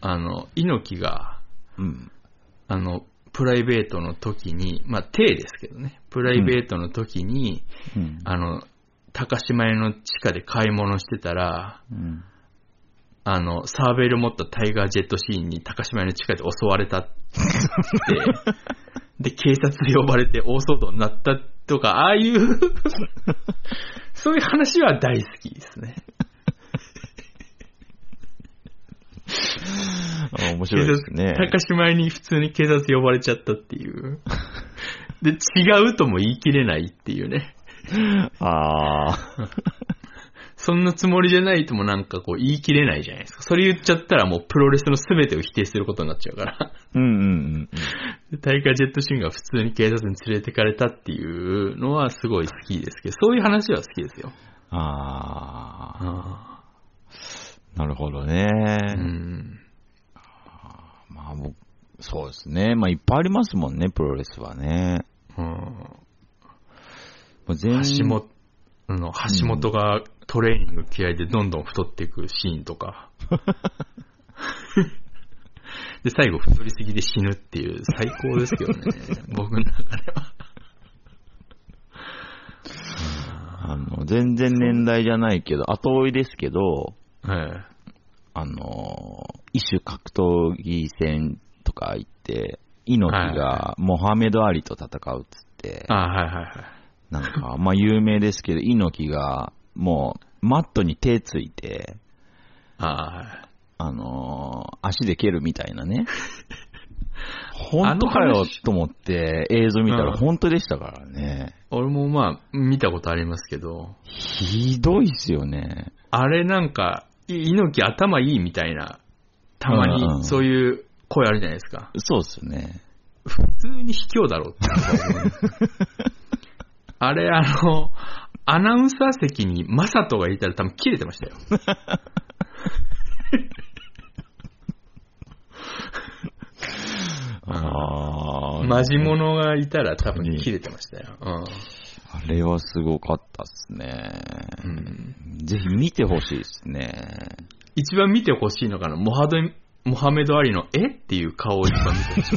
あの、猪木が、
うん。
あの、プライベートの時に、まあ、体ですけどね、プライベートの時に、
うん。
あの、高島屋の地下で買い物してたら、
うん。
あの、サーベル持ったタイガージェットシーンに高島屋の地下で襲われた
(laughs)
って、で、警察呼ばれて大騒動になったとか、ああいう、そういう話は大好きですね。
あ面白いです
(laughs)
ね。
高島屋に普通に警察呼ばれちゃったっていう。で、違うとも言い切れないっていうね。
ああ。
そんなつもりじゃないともなんかこう言い切れないじゃないですか。それ言っちゃったらもうプロレスの全てを否定することになっちゃうから。
うんうん
でタイガージェットシーンが普通に警察に連れてかれたっていうのはすごい好きですけど、そういう話は好きです
う
よ。
ん。ああ。
あ
なるほど
あう
ね。
ん。
まあ僕、そうですね。まあいっぱいありますもんね、プロレスはね。
うん
もう全
橋本、あの、橋本がトレーニング嫌いでどんどん太っていくシーンとか。 (laughs) で、最後太りすぎで死ぬっていう最高ですけどね。 (laughs) 僕の中では。
あの、全然年代じゃないけど、後追いですけど、
え
あの、一種格闘技戦とか行って、猪木がモハメド・アリと戦うっつって
え、あはいはいはい。
なんか、まあ有名ですけど、猪木がもうマットに手ついて、
あはい。
あのー足で蹴るみたいなね。本当か
あの
よ
話
と思って映像見た
う
ら
ん
本当でしたからね。
俺もまあ、見たことありますけど、
ひどいっすよね。
あれなんか、い猪木頭いいみたいな、たま
うんうん
にそういう声あるじゃないですか。
そうっすよね。
普通に卑怯だろって思う。
(laughs)
あれ、あの、アナウンサー席にマサトがいたら多分切れてましたよ。
あー
マジモノがいたら多分切れてましたよ。
あれはすごかったっすね。
うんうん
ぜひ見てほしいっすね。
一番見てほしいのかな、モハドモハメド・アリのえっていう顔を一番見てほしい。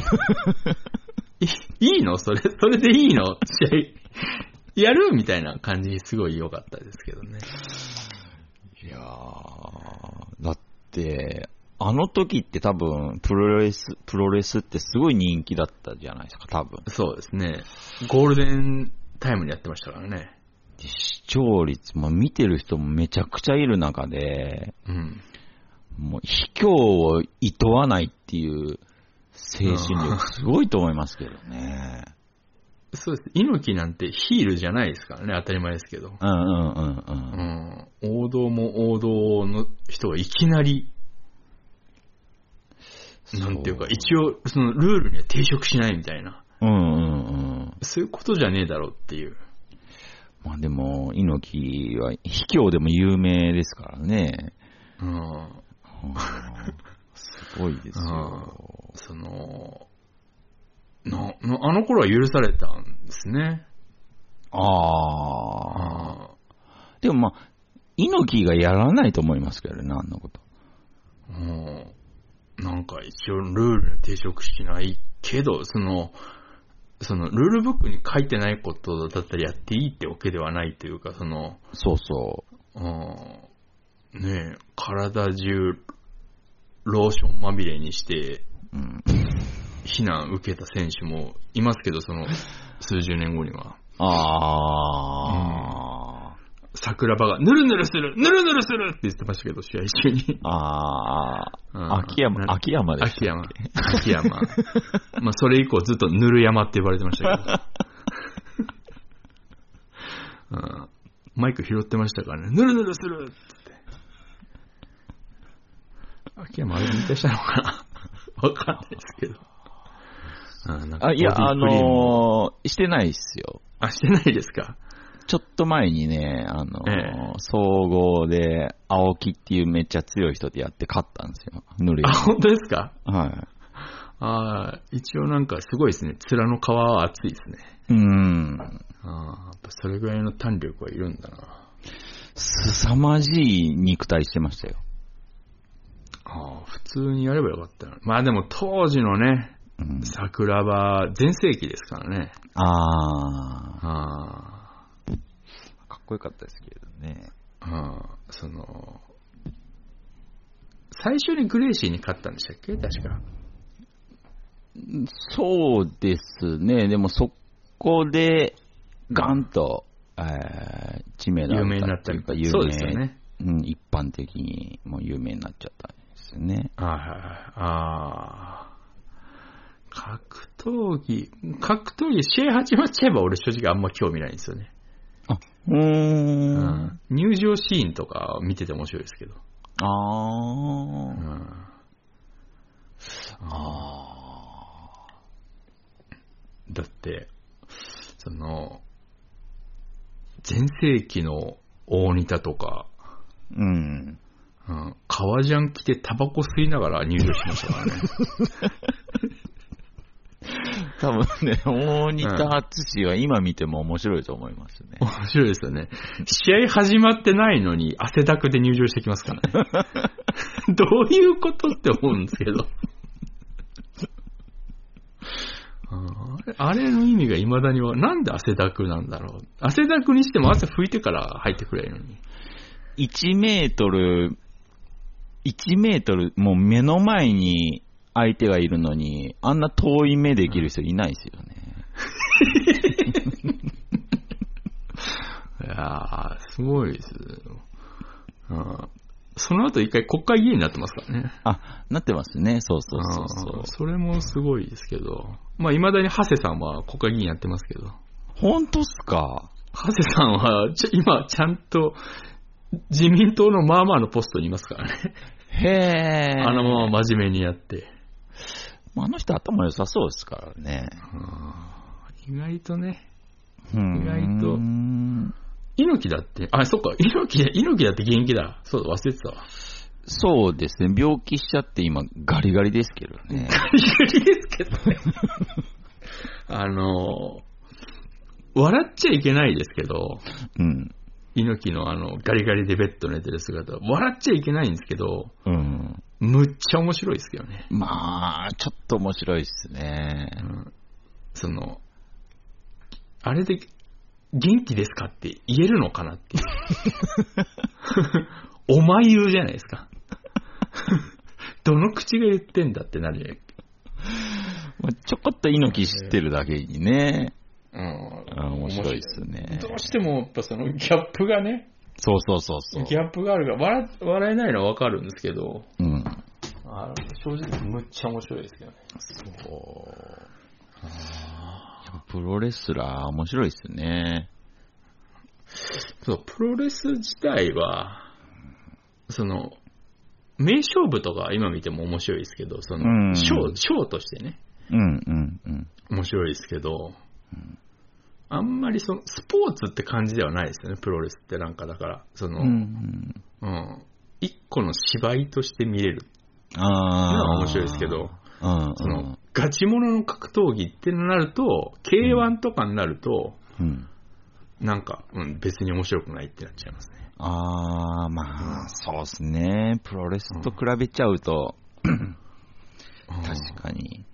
い (laughs) いいのそれ、それでいいの試合。やるみたいな感じにすごい良かったですけどね。
いやー、だって、あの時って多分、プロレス、プロレスってすごい人気だったじゃないですか、多分。
そうですね。ゴールデンタイムにやってましたからね。
で視聴率、まあ、見てる人もめちゃくちゃいる中で、
うん。
もう卑怯を厭わないっていう精神力すごいと思いますけどね。
そうです。猪木なんてヒールじゃないですからね、当たり前ですけど。
うんうんうんう。
う
(laughs)
んん。王道も王道の人がいきなり、なんていうか、一
応。
応、そのルールには抵触しないみたいな。
うんうんうん。
そういうことじゃねえだろうっていう。
まあでも、猪木は卑怯でも有名ですからね。
うん。
うんすごいですよ。
その、な、なあの頃は許されたんですね。
ああ。
あ
でもまあ、猪木がやらないと思いますけどね、あんなこと。
あ。うん。なんか一応ルールには抵触しないけど、その、そのルールブックに書いてないことだったらやっていいってわけではないというか、その、
そうそう。
うんねえ、体中、ローションまみれにして、
うん
避難受けた選手もいますけど、その、数十年後には。
ああ、
桜庭が、ぬるぬるするぬるぬるするって言ってましたけど、試合中に。
あ
う
あ、
ん
秋山、
な
秋山です。
(laughs) 秋山。秋山。まあ、それ以降ずっとぬる山って呼ばれてましたけ (laughs) ど。うんマイク拾ってましたからね、ぬるぬるするって言って。秋山あれ引退したのか (laughs) なわかんないですけど。あなんか
あ、いや、
ボディ
あ
クリーム
のーしてないっすよ。
あ、してないですか
ちょっと前にね、あのー
え
総合で、青木っていうめっちゃ強い人でやって勝ったんですよ。塗る
あ、
や
本当ですか
は
あー一応なんかすごいですね。面の皮は厚いですね。
い。うん。
あーやっぱそれぐらいの弾力はいるんだな。
凄まじい肉体してましたよ。
あー普通にやればよかったな。まあでも当時のね、
うん、
桜庭、全盛期ですからね。
あ
あ
ー、かっこよかったですけどね。
ーあー、その、最初にグレイシーに勝ったんでしたっけ確か。
そうですね。でもそこで、ガンと、えー、知名度
有名になっ
と
た
い
り
うか、
と
有名
そうですよね。
うん、一般的にもう有名になっちゃったんですよね。
ああ、ああ。格闘技、格闘技、試合始まっちゃえば俺正直あんま興味ないんですよね。
うー。
うんん。入場シーンとか見てて面白いですけど。
あー。
うん。
あ
だって、その、全盛期の大仁田とか、
ー。うん。
うん、革ジャン着てタバコ吸いながら入場しましたからね。
多分ね、大仁田敦は今見ても面白いと思いますね。
面白いですよね。試合始まってないのに汗だくで入場してきますからね。どういうことって思うんですけど。あれあれの意味が未だには、なんで汗だくなんだろう。汗だくにしても汗拭いてから入ってくれるのに。
1メートル、1メートル、もう目の前に相手がいるのに、あんな遠い目できる人いないですよね。
いやー、すごいですよ。うんその後一回国会議員になってますからね。
あ、なってますね。そうそうそうそう
あー。それもすごいですけど。まあ、未だに長谷さんは国会議員やってますけど。
本当っすか
長谷さんは、ちょ今、ちゃんと、自民党のまあまあのポストにいますからね。
へえ。
あのまま真面目にやって。
あの人頭良さそうですからね。
意外とね。
意
外と猪木だって、あ、そっか、猪木だ、猪木だって元気だ。そうだ、忘れてたわ。
そうですね。病気しちゃって今、ガリガリですけど
(laughs)
ね。
ゆりですけどね。あの、笑っちゃいけないですけど、
うん。
猪木のあの、ガリガリでベッド寝てる姿、笑っちゃいけないんですけど、
うん。
むっちゃ面白いですけどね。
まあ、ちょっと面白いっすね。
その、あれで、元気ですかって言えるのか
(laughs)
なっていう。お前言うじゃないですか。どの口が言ってんだってなるじゃない
まあちょこっと猪木知ってるだけにね。あ面白いっすね。
どうしてもやっぱそのギャップがね、
そうそうそうそう。
ギャップがあるから、笑笑えないのはわかるんですけど、
うん。
あ正直むっちゃ面白いですけどね。
プロレスラー、面白いっすね。
そう、プロレス自体は、その、名勝負とか今見ても面白いですけど、そ
うんう
の、
ん
ショー、ショーとしてね、
うんうんうん。
面白いですけど、あんまりその、スポーツって感じではないですよね、プロレスってなんかだから、その、
うんうん、
うん一個の芝居として見れるの
あ
は
あ。
面白いですけど、
うんうん。
その、ガチモノの格闘技ってなると、K1 とかになると、
うん。
なんか、うん、別に面白くないってなっちゃいますね。
ああ、まあ、そうですね。プロレスと比べちゃうと、確かに。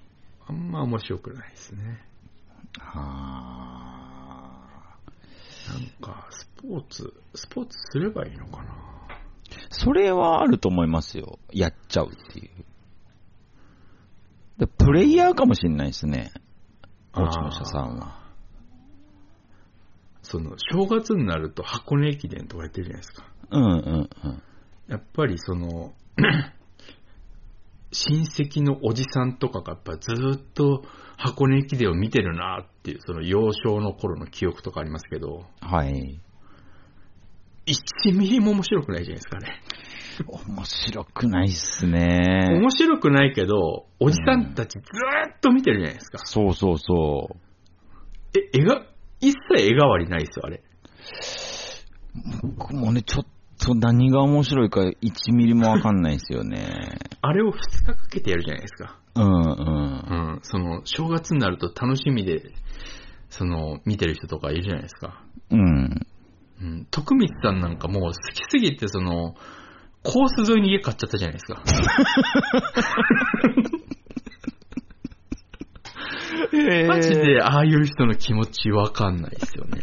あんま面白くないですね。
あ
なんか、スポーツ、スポーツすればいいのかな。
ーそれはあると思いますよ。やっちゃうっていう。でプレイヤーかもしれないですね。落ち武者さんは。
その、正月になると箱根駅伝とかやってるじゃないですか。
うんうんうん。
やっぱりその、 (clears throat) 親戚のおじさんとかがやっぱずーっと箱根駅伝を見てるなっていう、その幼少の頃の記憶とかありますけど、
はい。
1ミリも面白くないじゃないですかね。
面白くないっすね。
面白くないけど、おじさんたちずーっと見てるじゃないですか。
そうそうそう。
え、絵が、一切絵代わりないですよ、あれ。
僕もね、ちょっと何が面白いか1ミリもわかんないですよね。
あれを2日かけてやるじゃないですか。
うんうん。
うん。その、正月になると楽しみで、その、見てる人とかいるじゃないですか。
うん。
うん。徳光さんなんかもう好きすぎて、その、コース沿いに家買っちゃったじゃないですか。マジでああいう人の気持ちわかんないですよね。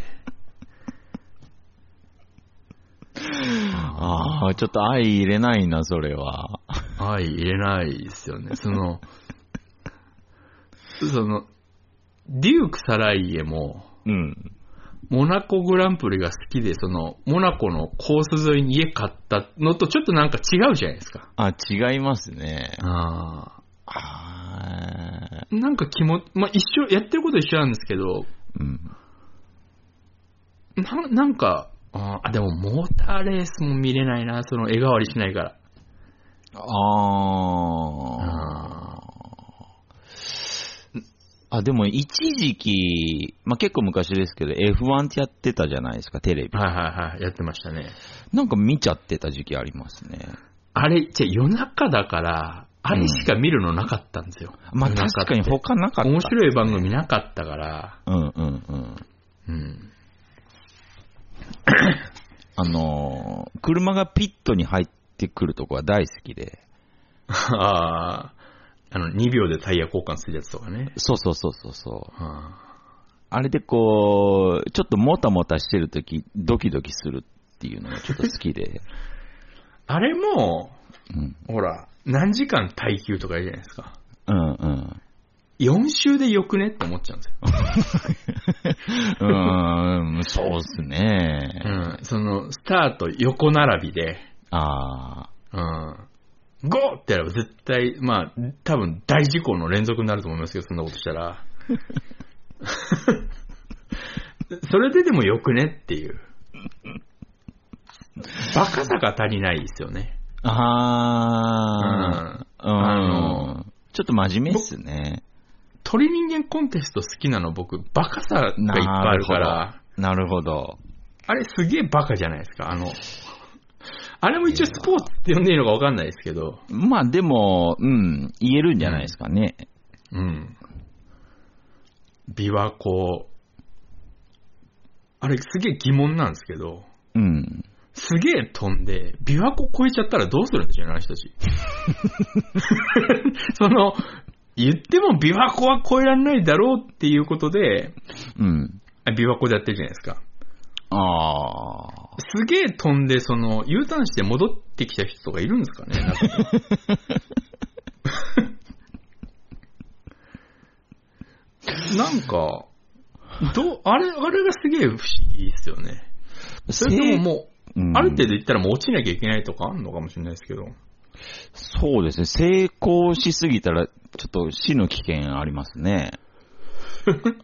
ああ、ちょっと愛入れないな、それは。
愛入れないですよね。そ (laughs) の、その、デューク・サライエも、
うん。
モナコグランプリが好きで、その、モナコのコース沿いに家買ったのとちょっとなんか違うじゃないですか。
あ、違いますね。
ああ。
ああ。
なんか気持ち、まあ、一緒、やってること一緒なんですけど、
うん。
ななんか、あーあ、でもモーターレースも見れないな、その絵代わりしないから。
ああ。
あ
あ、でも一時期、まあ、結構昔ですけど、F1 ってやってたじゃないですか、テレビ
あ。。はいはいはい、やってましたね。
なんか見ちゃってた時期ありますね。
あれ、じゃあ夜中だから、あれしか見るのなかったんですよ。
まあ、
夜中
確
って
かに他なかった。
面白い番組なかったから、
うんうんうん。
うん。
あのー車がピットに入ってくるとこは大好きで。
(laughs) ああ、あの、2秒でタイヤ交換するやつとかね。
そうそうそうそうそう。
あ
あれでこう、ちょっともたもたしてるとき、ドキドキするっていうのがちょっと好き (laughs) で。
あれも、
うん。
ほら、何時間耐久とかいるじゃないですか。
うんうん。
4周でよくねって思っちゃうんですよ。
うーん、そうっすね。
うん。その、スタート横並びで、
ああ。
うん。ゴーってやれば絶対、まあ、多分大事故の連続になると思いますけど、そんなことしたら。 (laughs) それででもよくねっていう。バカさが足りないですよね。う
ああ、
ん。
うん、
あ
ちょっと真面目っすね。
鳥人間コンテスト好きなの僕、バカさがいっぱいあるから、
なるほど。
あれすげえバカじゃないですか、あの。あれも一応スポーツって呼んでいいのかわかんないですけど、
まあでも、うん、言えるんじゃないですかね。
うん。琵琶湖、あれすげえ疑問なんですけど、
うん。
すげえ飛んで、琵琶湖越えちゃったらどうするんでしょうね、あの人た (laughs) ち。その、言っても琵琶湖は越えられないだろうっていうことで、
うん。
あ琵琶湖でやってるじゃないですか。
ああ。
すげえ飛んで、その、U ターンして戻ってきた人とかいるんですかね中に
(laughs)
なんか、どう、あれ、あれがすげえ不思議ですよね。それともも
う
う、
ん
ある程度言ったらもう落ちなきゃいけないとかあんのかもしれないですけど。
そうですね。成功しすぎたら、ちょっと死の危険あります (laughs) ね。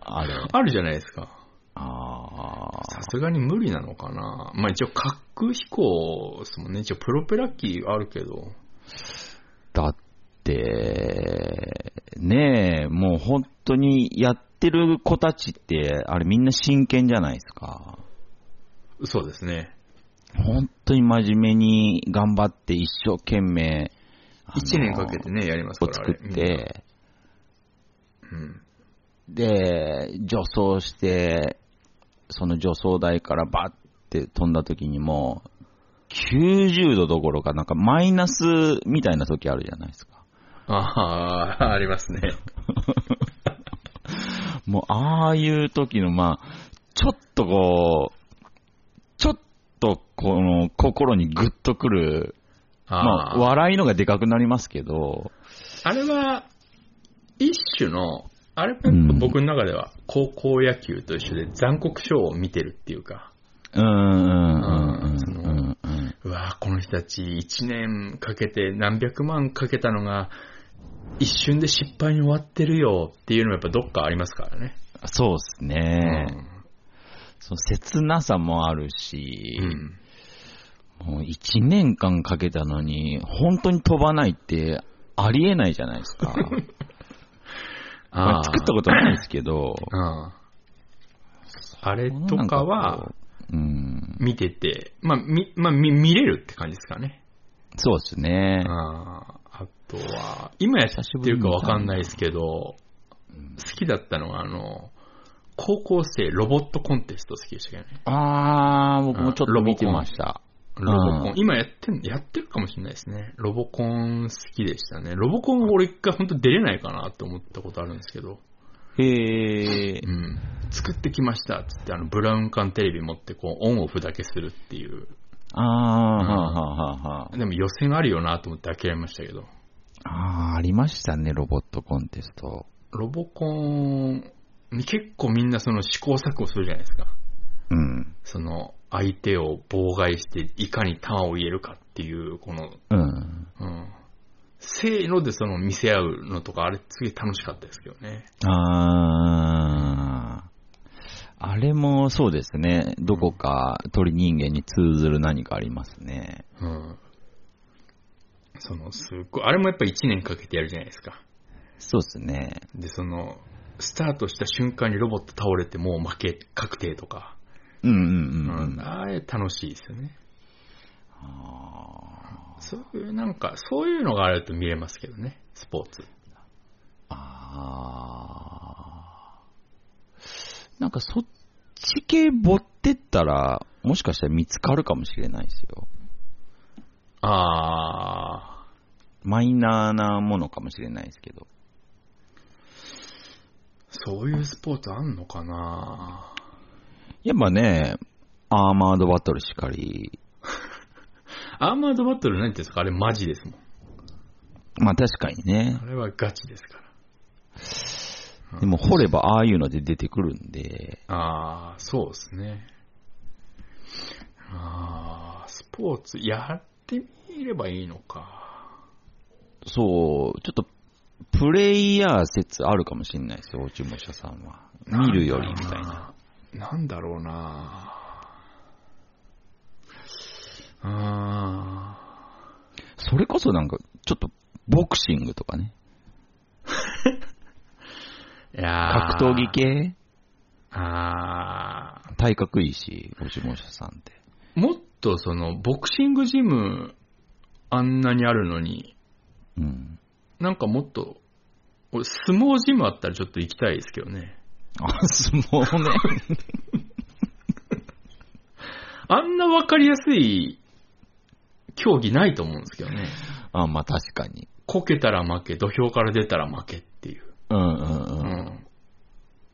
あれ。
あるじゃないですか。
あ
さすがに無理なのかな。まあ一応、滑空飛行ですもんね。一応、プロペラ機あるけど。
ーだって、ねえ、もう本当にやってる子たちって、あれみんな真剣じゃないですか。
そうですね。
本当に真面目に頑張って一生懸命、あの
1年かけてね、やりますか
を
ら。
作っ
あれ。
て、
みんなうん
で、助走して、その助走台からバッて飛んだ時にも、90度どころか、なんかマイナスみたいな時あるじゃないですか。
ああ、ありますね。
もう、ああいう時の、まあ、ちょっとこう、ちょっとこの心にグッとくる、
あ
まあ、
あ、
笑いのがでかくなりますけど、
あれは、一種の、あれもやっぱ僕の中では、高校野球と一緒で残酷賞を見てるっていうか、
うんうんうん
そ
うん
の
うんうん。
うわあこの人たち1年かけて何百万かけたのが、一瞬で失敗に終わってるよっていうのもやっぱどっかありますからね。
そうですね。
うん
その切なさもあるし、
うん
もう一年間かけたのに、本当に飛ばないって、ありえないじゃない
(laughs)
ですか。まあ作ったことないですけ
(laughs)
ど、
とうん。あれとかは、
うん、
見てて、まあ、み、まあ、見、見れるって感じですかね。
そうですね
うん。。あとは、今やってるかわかんないですけど、好きだったのは、あの、高校生ロボットコンテスト好きでしたけどね。
あー、僕もちょっと見てました。
ロボコン
う。ん
今やってん、やってるかもしれないですね。ロボコン好きでしたね。ロボコン俺一回本当出れないかなって思ったことあるんですけど、
へえ
う。ん。作ってきましたっつって、あの、ブラウン管テレビ持って、こう、オンオフだけするっていう。
あー、はあはあはあはあ。
でも予選あるよなと思って諦めましたけど。
あー、ありましたね、ロボットコンテスト。
ロボコン、結構みんなその試行錯誤するじゃないですか。
うん。
その、相手を妨害して、いかにターンを入れるかっていう、この、
うん。
うん。せーのでその見せ合うのとか、あれすげえ楽しかったですけどね。
あー。あれもそうですね。どこか鳥人間に通ずる何かありますね。
うん。その、すっごい、あれもやっぱ一年かけてやるじゃないですか。
そうですね。
で、その、スタートした瞬間にロボット倒れてもう負け確定とか。
うんう
うん
うんうん。
あれ楽しいですよね。
あー
そういう、なんか、そういうのがあると見れますけどね、スポーツ。
あーなんかそっち系持ってったら、もしかしたら見つかるかもしれないですよ。
あー、
マイナーなものかもしれないですけど。
そういうスポーツあんのかな
やっぱね、アーマードバトルしかり、
アーマードバトルなんていうんですかあれマジですもん。
まあ確かにね
あ、れはガチですから。
でも掘ればああいうので出てくるんで、
ああ、そうですね。ああ、スポーツやってみればいいのか。
そう、ちょっと、プレイヤー説あるかもしれないですよ、お注文者さんは。見るよりみたいな。
な。なんだろうな。あ
それこそなんか、ちょっと、ボクシングとかね。
あ。いやー
格闘技系
ああ。
体格いいし、ご注文者さんって。
もっとその、ボクシングジム、あんなにあるのに、
うん。
なんかもっと、俺、相撲ジムあったらちょっと行きたいですけどね。
あ、相撲ね。
(laughs) あんなわかりやすい競技ないと思うんですけどね。
あ、まあ確かに。
こけたら負け、土俵から出たら負けっていう。
うんうんう。
うんん。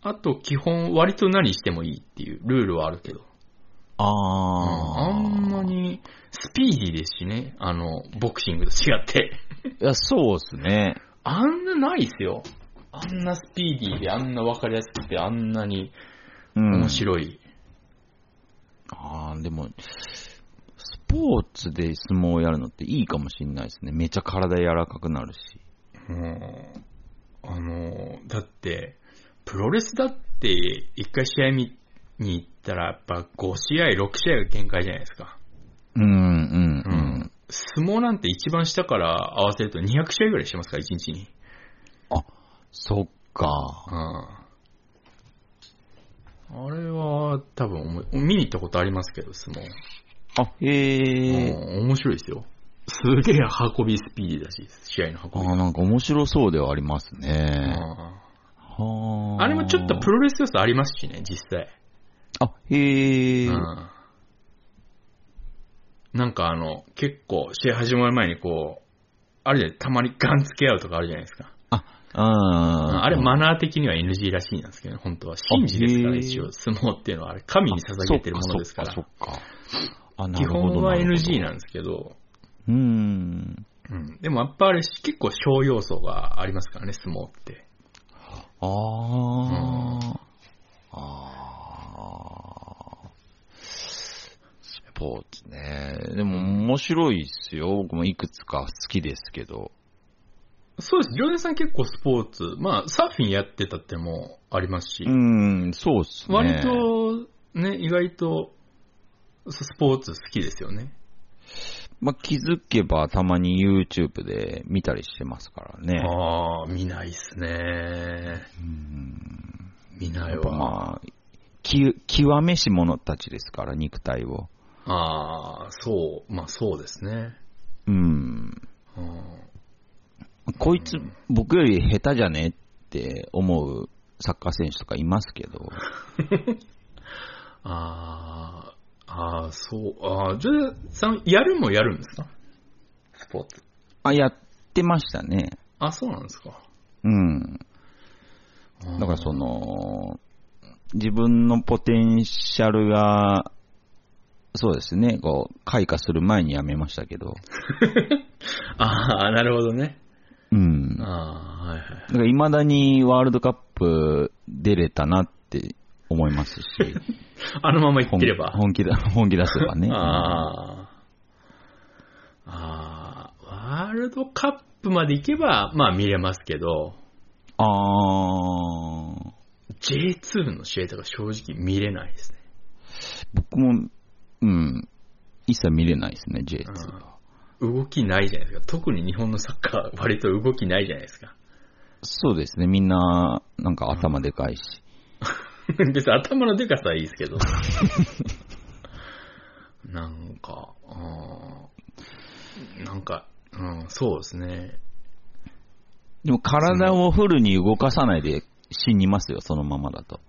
あと、基本、割と何してもいいっていうルールはあるけど。うん
あ
あ
ー。
んな。に、スピーディーですしね。あの、ボクシングと違って。
いや、そうっすね。
あんなないっすよ。あんなスピーディーで、あんなわかりやすくて、あんなに
うん。
面白い。
ああ、でも、スポーツで相撲をやるのっていいかもしれないですね。めっちゃ体柔らかくなるし。
うんあの、だって、プロレスだって、一回試合見に行ったら、やっぱ5試合、6試合が限界じゃないですか。
うんうんうん。
相撲なんて一番下から合わせると200試合ぐらいしてますから、1日に。
そっか。
あれは、多分おも、見に行ったことありますけど、相撲。
あ、へえ。
うん面白いですよ。すげえ運びスピーディーだし、試合の
あ
運び。
ーなんか面白そうではありますね。
うん
はあ。
あれもちょっとプロレス要素ありますしね、実際。
あ、へえ。
うんなんかあの、結構、試合始まる前にこう、あれじゃないたまにガンつけ合うとかあるじゃないですか。
あ
あれマ
だ
ナー的には NG らしいんですけどね、本当は。神事ですから、
へー
一応、相撲っていうのはあれ、神に捧げてるものですから
そっ。か。そっかあ、な
基
るほど。
本
な
は
るほど
NG なんですけど、
うん。
うん。でもやっぱあれ、結構小要素がありますからね、相撲って。
あ
う
あ。ああ。スポーツね。でも面白いっすよ。僕もいくつか好きですけど。
そうです。ジョーデンさん結構スポーツ、まあ、サーフィンやってたってのもありますし、
うん、そうっすね。
割とね、意外とそうスポーツ好きですよね。
まあ、気づけばたまに YouTube で見たりしてますからね。
ああ、見ないっすね。
うん
見な
や
い
っぱ
わ。
まあ、き極めし者たちですから、肉体を。
ああ、そう、まあそうですね。
うん。
うん、
こいつ、僕より下手じゃねって思うサッカー選手とかいますけど。
ああ、ああ、そう、ああ、じゃあ、さん、やるもやるんですかスポーツ。
あ、やってましたね。
あ、そうなんですか。
うん。
だ
だからそ、の、自分のポテンシャルが、そうですね、こう、開花する前にやめましたけど。
ああ、なるほどね。
うん。だ
ああ、はいはい。
から未だにワールドカップ出れたなって思いますし。
あのままいってれば。
本気だ、本気出せばね。
ああ。ああ、ワールドカップまで行けば、まあ見れますけど、
あー
J2 の試合とか正直見れないですね。
僕も、うん、一切見れないですね、J2 は。
動きないじゃないですか。特に日本のサッカー、割と動きないじゃないです (laughs) か。
そうですね、みんな、なんか頭でかいし。
別に頭のでかさはいいですけ (laughs) ど。なんか、うんなんか、うん、そうですね。
でも体をフルに動かさないで死にますよ、そのままだと。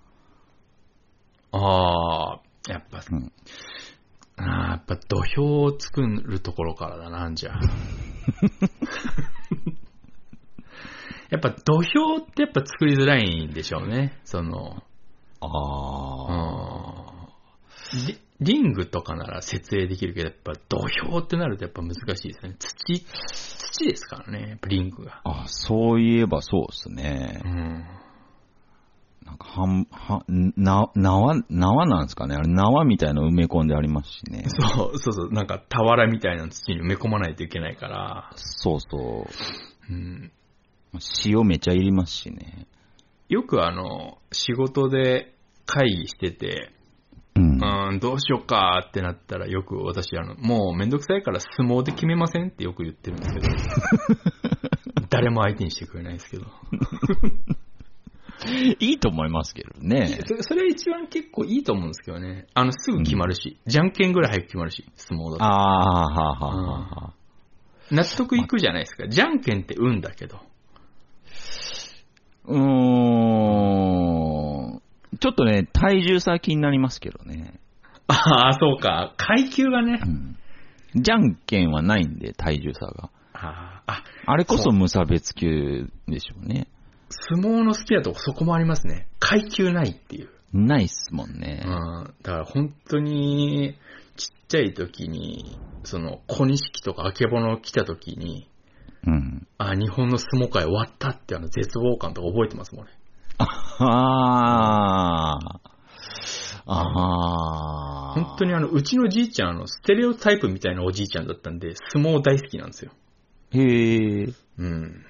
ああ、やっぱ、
うん
ああ、やっぱ土俵を作るところからだな、じゃあ。やっぱ土俵ってやっぱ作りづらいんでしょうね。その、
ああ。
うんリリングとかなら設営できるけど、やっぱ土俵ってなるとやっぱ難しいですよね。土、土ですからね、やっぱリングが。
あ、そういえばそうですね
う。ん。
なんか、はん、はん、な、縄、縄なんですかねあれ、縄みたいの埋め込んでありますしね。
そう、そうそう、なんか俵みたいな土に埋め込まないといけないから、
そうそう。
うん。
塩めちゃいりますしね。
よくあの、仕事で会議してて、
うん。
うん、どうしようかってなったらよく私、あの、もうめんどくさいから相撲で決めませんってよく言ってるん (laughs) ですけど、誰も相手にしてくれないですけど。
いいと思いますけどね。
それそれは一番結構いいと思うんですけどね。あの、すぐ決まるし、じゃんけんぐらい早く決まるし、相撲だ
ああ、はあ、はあ、はあはあ。
と。納得いくじゃないですか。じゃんけんって運だけど。
うーん。ちょっとね、体重差気になりますけどね。
(laughs) ああ、そうか。階級がね
う。ん。じゃんけんはないんで、体重差が。
あーあ、
あれこそ無差別級でしょうね。
相撲の好きだとそこもありますね。階級ないっていう。
ないっすもんね。
うんだから本当に、ちっちゃい時に、その、小錦とかあけぼの来た時に、
うん。
あ、日本の相撲界終わったってあの絶望感とか覚えてますもんね。
ああ。ああ。
本当にあの、うちのじいちゃん、あの、ステレオタイプみたいなおじいちゃんだったんで、相撲大好きなんですよ。
へえ。
うん。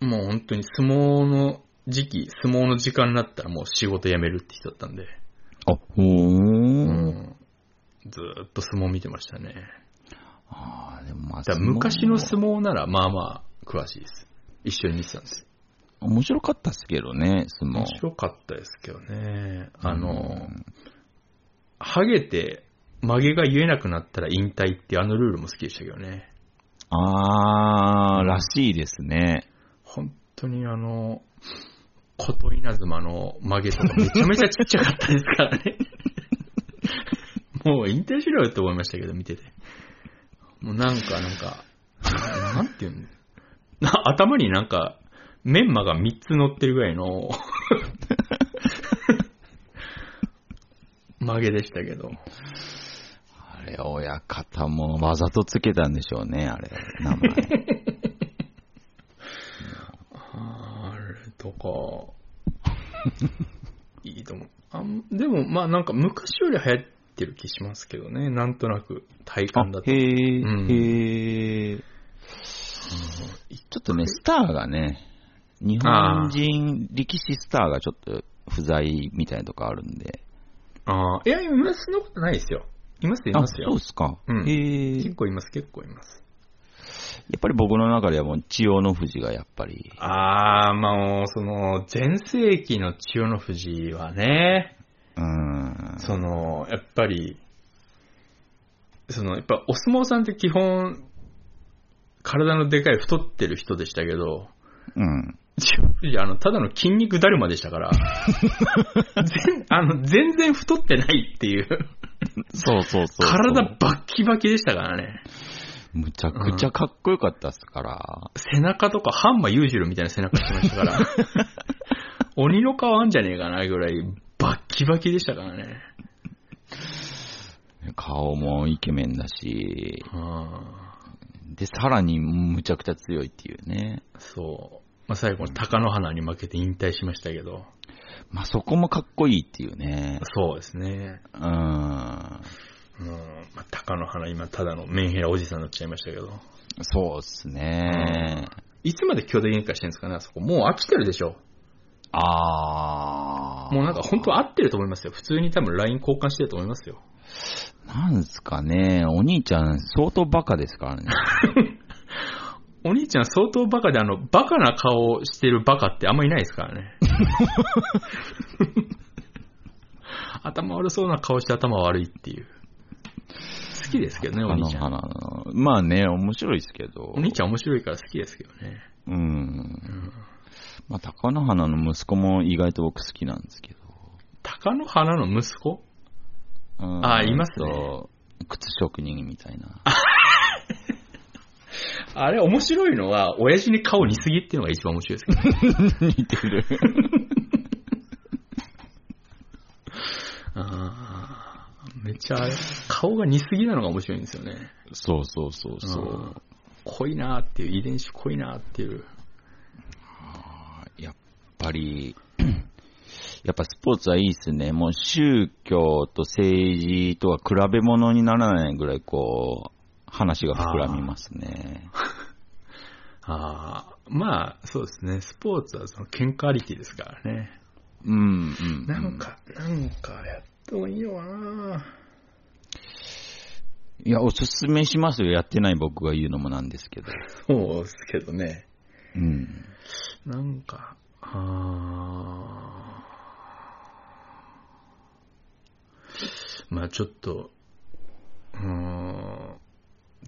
もう本当に相撲の時期、相撲の時間になったらもう仕事辞めるって人だったんで、
あ、ほ
う
ー。
ん。ずーっと相撲見てましたね。
ああ、でもまあ
だから、昔の相撲なら、まあまあ、詳しいです。一緒に見てたんですよ。
面白かったっすけどね、相撲
面。白かったですけどね。あ
う
の、
ん
ハゲて、曲げが言えなくなったら引退ってあのルールも好きでしたけどね。
あー、らしいですね。
本当にあの、琴稲妻の曲げとかめちゃめちゃちっちゃかったですからね。もう引退しろよって思いましたけど、見てて。もうなんか、なんか、なんていうのな頭になんか、メンマが3つ乗ってるぐらいの曲げでしたけど。
あれ、親方もわざとつけたんでしょうね、あれ、名前。
あれとか、 (laughs) いいと思う。あんでも、まあなんか昔より流行ってる気しますけどね。なんとなく体
あ
感だ、と。
へえ、
うん
へえ。ちょっとね、スターがね、日
あ
本
ー
人力士スターがちょっと不在みたいなとこあるんで。
ああ、いやいや、そんなことないですよ。いますよ、い
あ、
ます
そう
よ
っ。すか。
うん
へえ。や
結構います、結構います。
っぱり僕の中ではもう千代の富士がやっぱり。
あー、まあもう、その、前世紀の千代の富士はね、
うーん。
その、やっぱり、その、やっぱお相撲さんって基本、体のでかい太ってる人でしたけど、
うん。
千代の富士、あの、ただの筋肉だるまでし
(laughs)
たから、全、あの、全然太ってないっていう、
そうそうそうそう。
体バッキバキでしたからね。
むちゃくちゃかっこよかったっすから。
背中とかハンマー裕次郎みたいな背中してましたから、
(laughs)
鬼の顔あんじゃねえかなぐらい、バッキバキでしたからね。
顔もイケメンだし、
うん
で、さらにむちゃくちゃ強いっていうね。
そう。まあ、最後に貴乃花に負けて引退しましたけど、
まあ、そこもかっこいいっていうね。
そうですね。
うーん。
うん。まあ、貴乃花今ただのメンヘラおじさんになっちゃいましたけど、
そうっすね。
いつまで兄弟喧嘩してるんですかね、あそこ。もう飽きてるでしょ。
あー。
もうなんか本当合ってると思いますよ。普通に多分 LINE 交換してると思いますよ。
なんすかね、お兄ちゃん相当バカですからね。
お兄ちゃん相当バカであの、バカな顔をしてるバカってあんまいないですから (laughs) ね。頭悪そうな顔して頭悪いっていう。好きですけ (laughs) どね、お兄ちゃ
あ
ん。
のあのまあね、面白いですけど。
お兄ちゃん面白いから好きですけどね。
うん。まあ、高野花の息子も意外と僕好きなんですけど。
鷹の花の息子
うん
あいますね
と靴職人みたいな。
あれ面白いのは、親父に顔似すぎっていうのが一番面白いですけど、ね。
似てる。
あーめっちゃあれ、顔が似すぎなのが面白いんですよね。
(laughs) そうそうそうそう。
ん。濃いなーっていう、遺伝子濃いなーっていう。
やっぱり、 (clears throat) やっぱスポーツはいいっすね。もう宗教と政治とは比べ物にならないぐらい、こう、話が膨らみますね。
ああ、まあ、そうですね。スポーツはその喧嘩ありきですからね。
うん、うん。
なんか、なんかやってもいいのかな。
うん。いや、おすすめしますよ。やってない僕が言うのもなんですけど。
そうですけどね。
うん。
なんか、あーまあちょっと、うーん、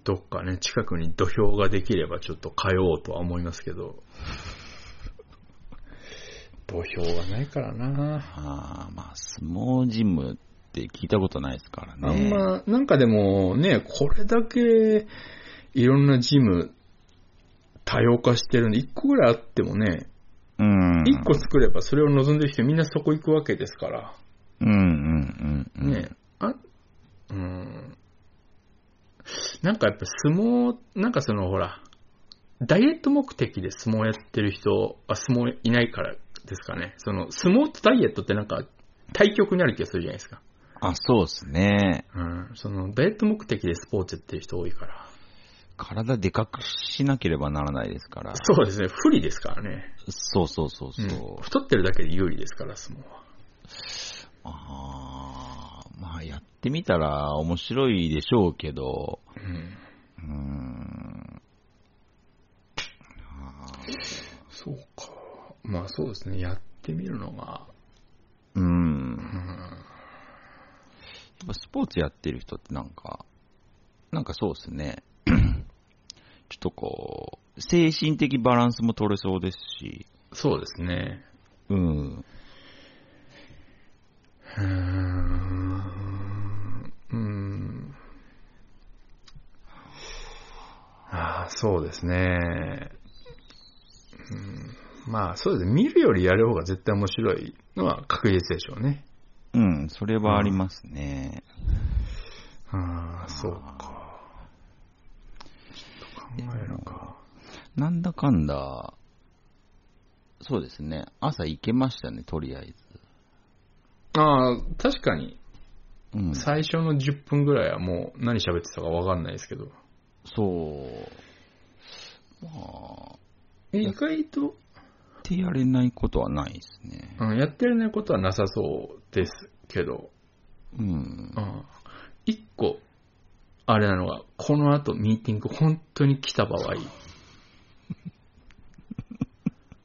どっかね、近くに土俵ができればちょっと通おうとは思いますけど、土俵がないからな。
ああ、まあ、相撲ジムって聞いたことないですからね。
あんま、なんかでもね、これだけいろんなジム多様化してるんで、1個ぐらいあってもね、
うん。
1個作ればそれを望んでる人みんなそこ行くわけですから、
うんうんうんうん。
ね、あ、うん。なんかやっぱ相撲、なんかそのほら、ダイエット目的で相撲やってる人は相撲いないからですかね。その相撲とダイエットってなんか対極になる気がするじゃないですか。
あ、そうっすね。
うん。そのダイエット目的でスポーツやってる人多いから。
体でかくしなければならないですから。
そうですね、不利ですからね。
そうそうそうそう。
うん太ってるだけで有利ですから、相撲は。
ああ、まあやってみたら面白いでしょうけど、う
うん、
ーん。あー
そうか。まあそうですね、やってみるのが。
うん。
う
や
ん、
っぱスポーツやってる人ってなんか、なんかそうですね。 (clears throat) ちょっとこう、精神的バランスも取れそうですし、
そうですね。
うん。
うーん。うん。ああ、そうですね。うん、まあそうですね、見るよりやる方が絶対面白いのは確実でしょうね。
うん、それはありますね。
ああ、そうか。ちょっと考えるか。
なんだかんだ、そうですね。朝行けましたね、とりあえず。
ああ、確かに、
うん。
最初の10分ぐらいはもう何喋ってたか分かんないですけど、
そう。まあ、
意外と、
ってやれないことはないですね。
うん、やってるねことはなさそうですけど、
うん
う。ん、一個、あれなのが、この後ミーティング本当に来た場 (laughs) 合、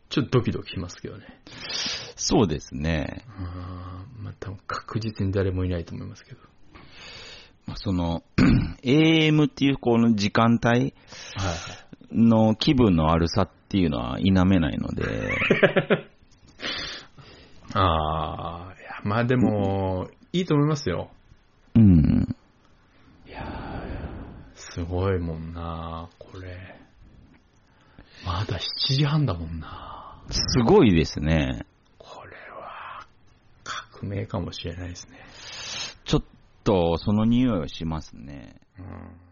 ちょっとドキドキしますけどね。
そうですね。
うーんまあ、多分確実に誰もいないと思いますけど。
まあその、AM っていうこの時間帯
はい、
の気分の悪さっていうのは否めないので、
ああ、いや、まあでも、いいと思いますよ。
うん。
いやーすごいもんなこれ。まだ7時半だもんな
すごいですね。
これは、革命かもしれないですね。
ちょっとその匂いはしますね。
うん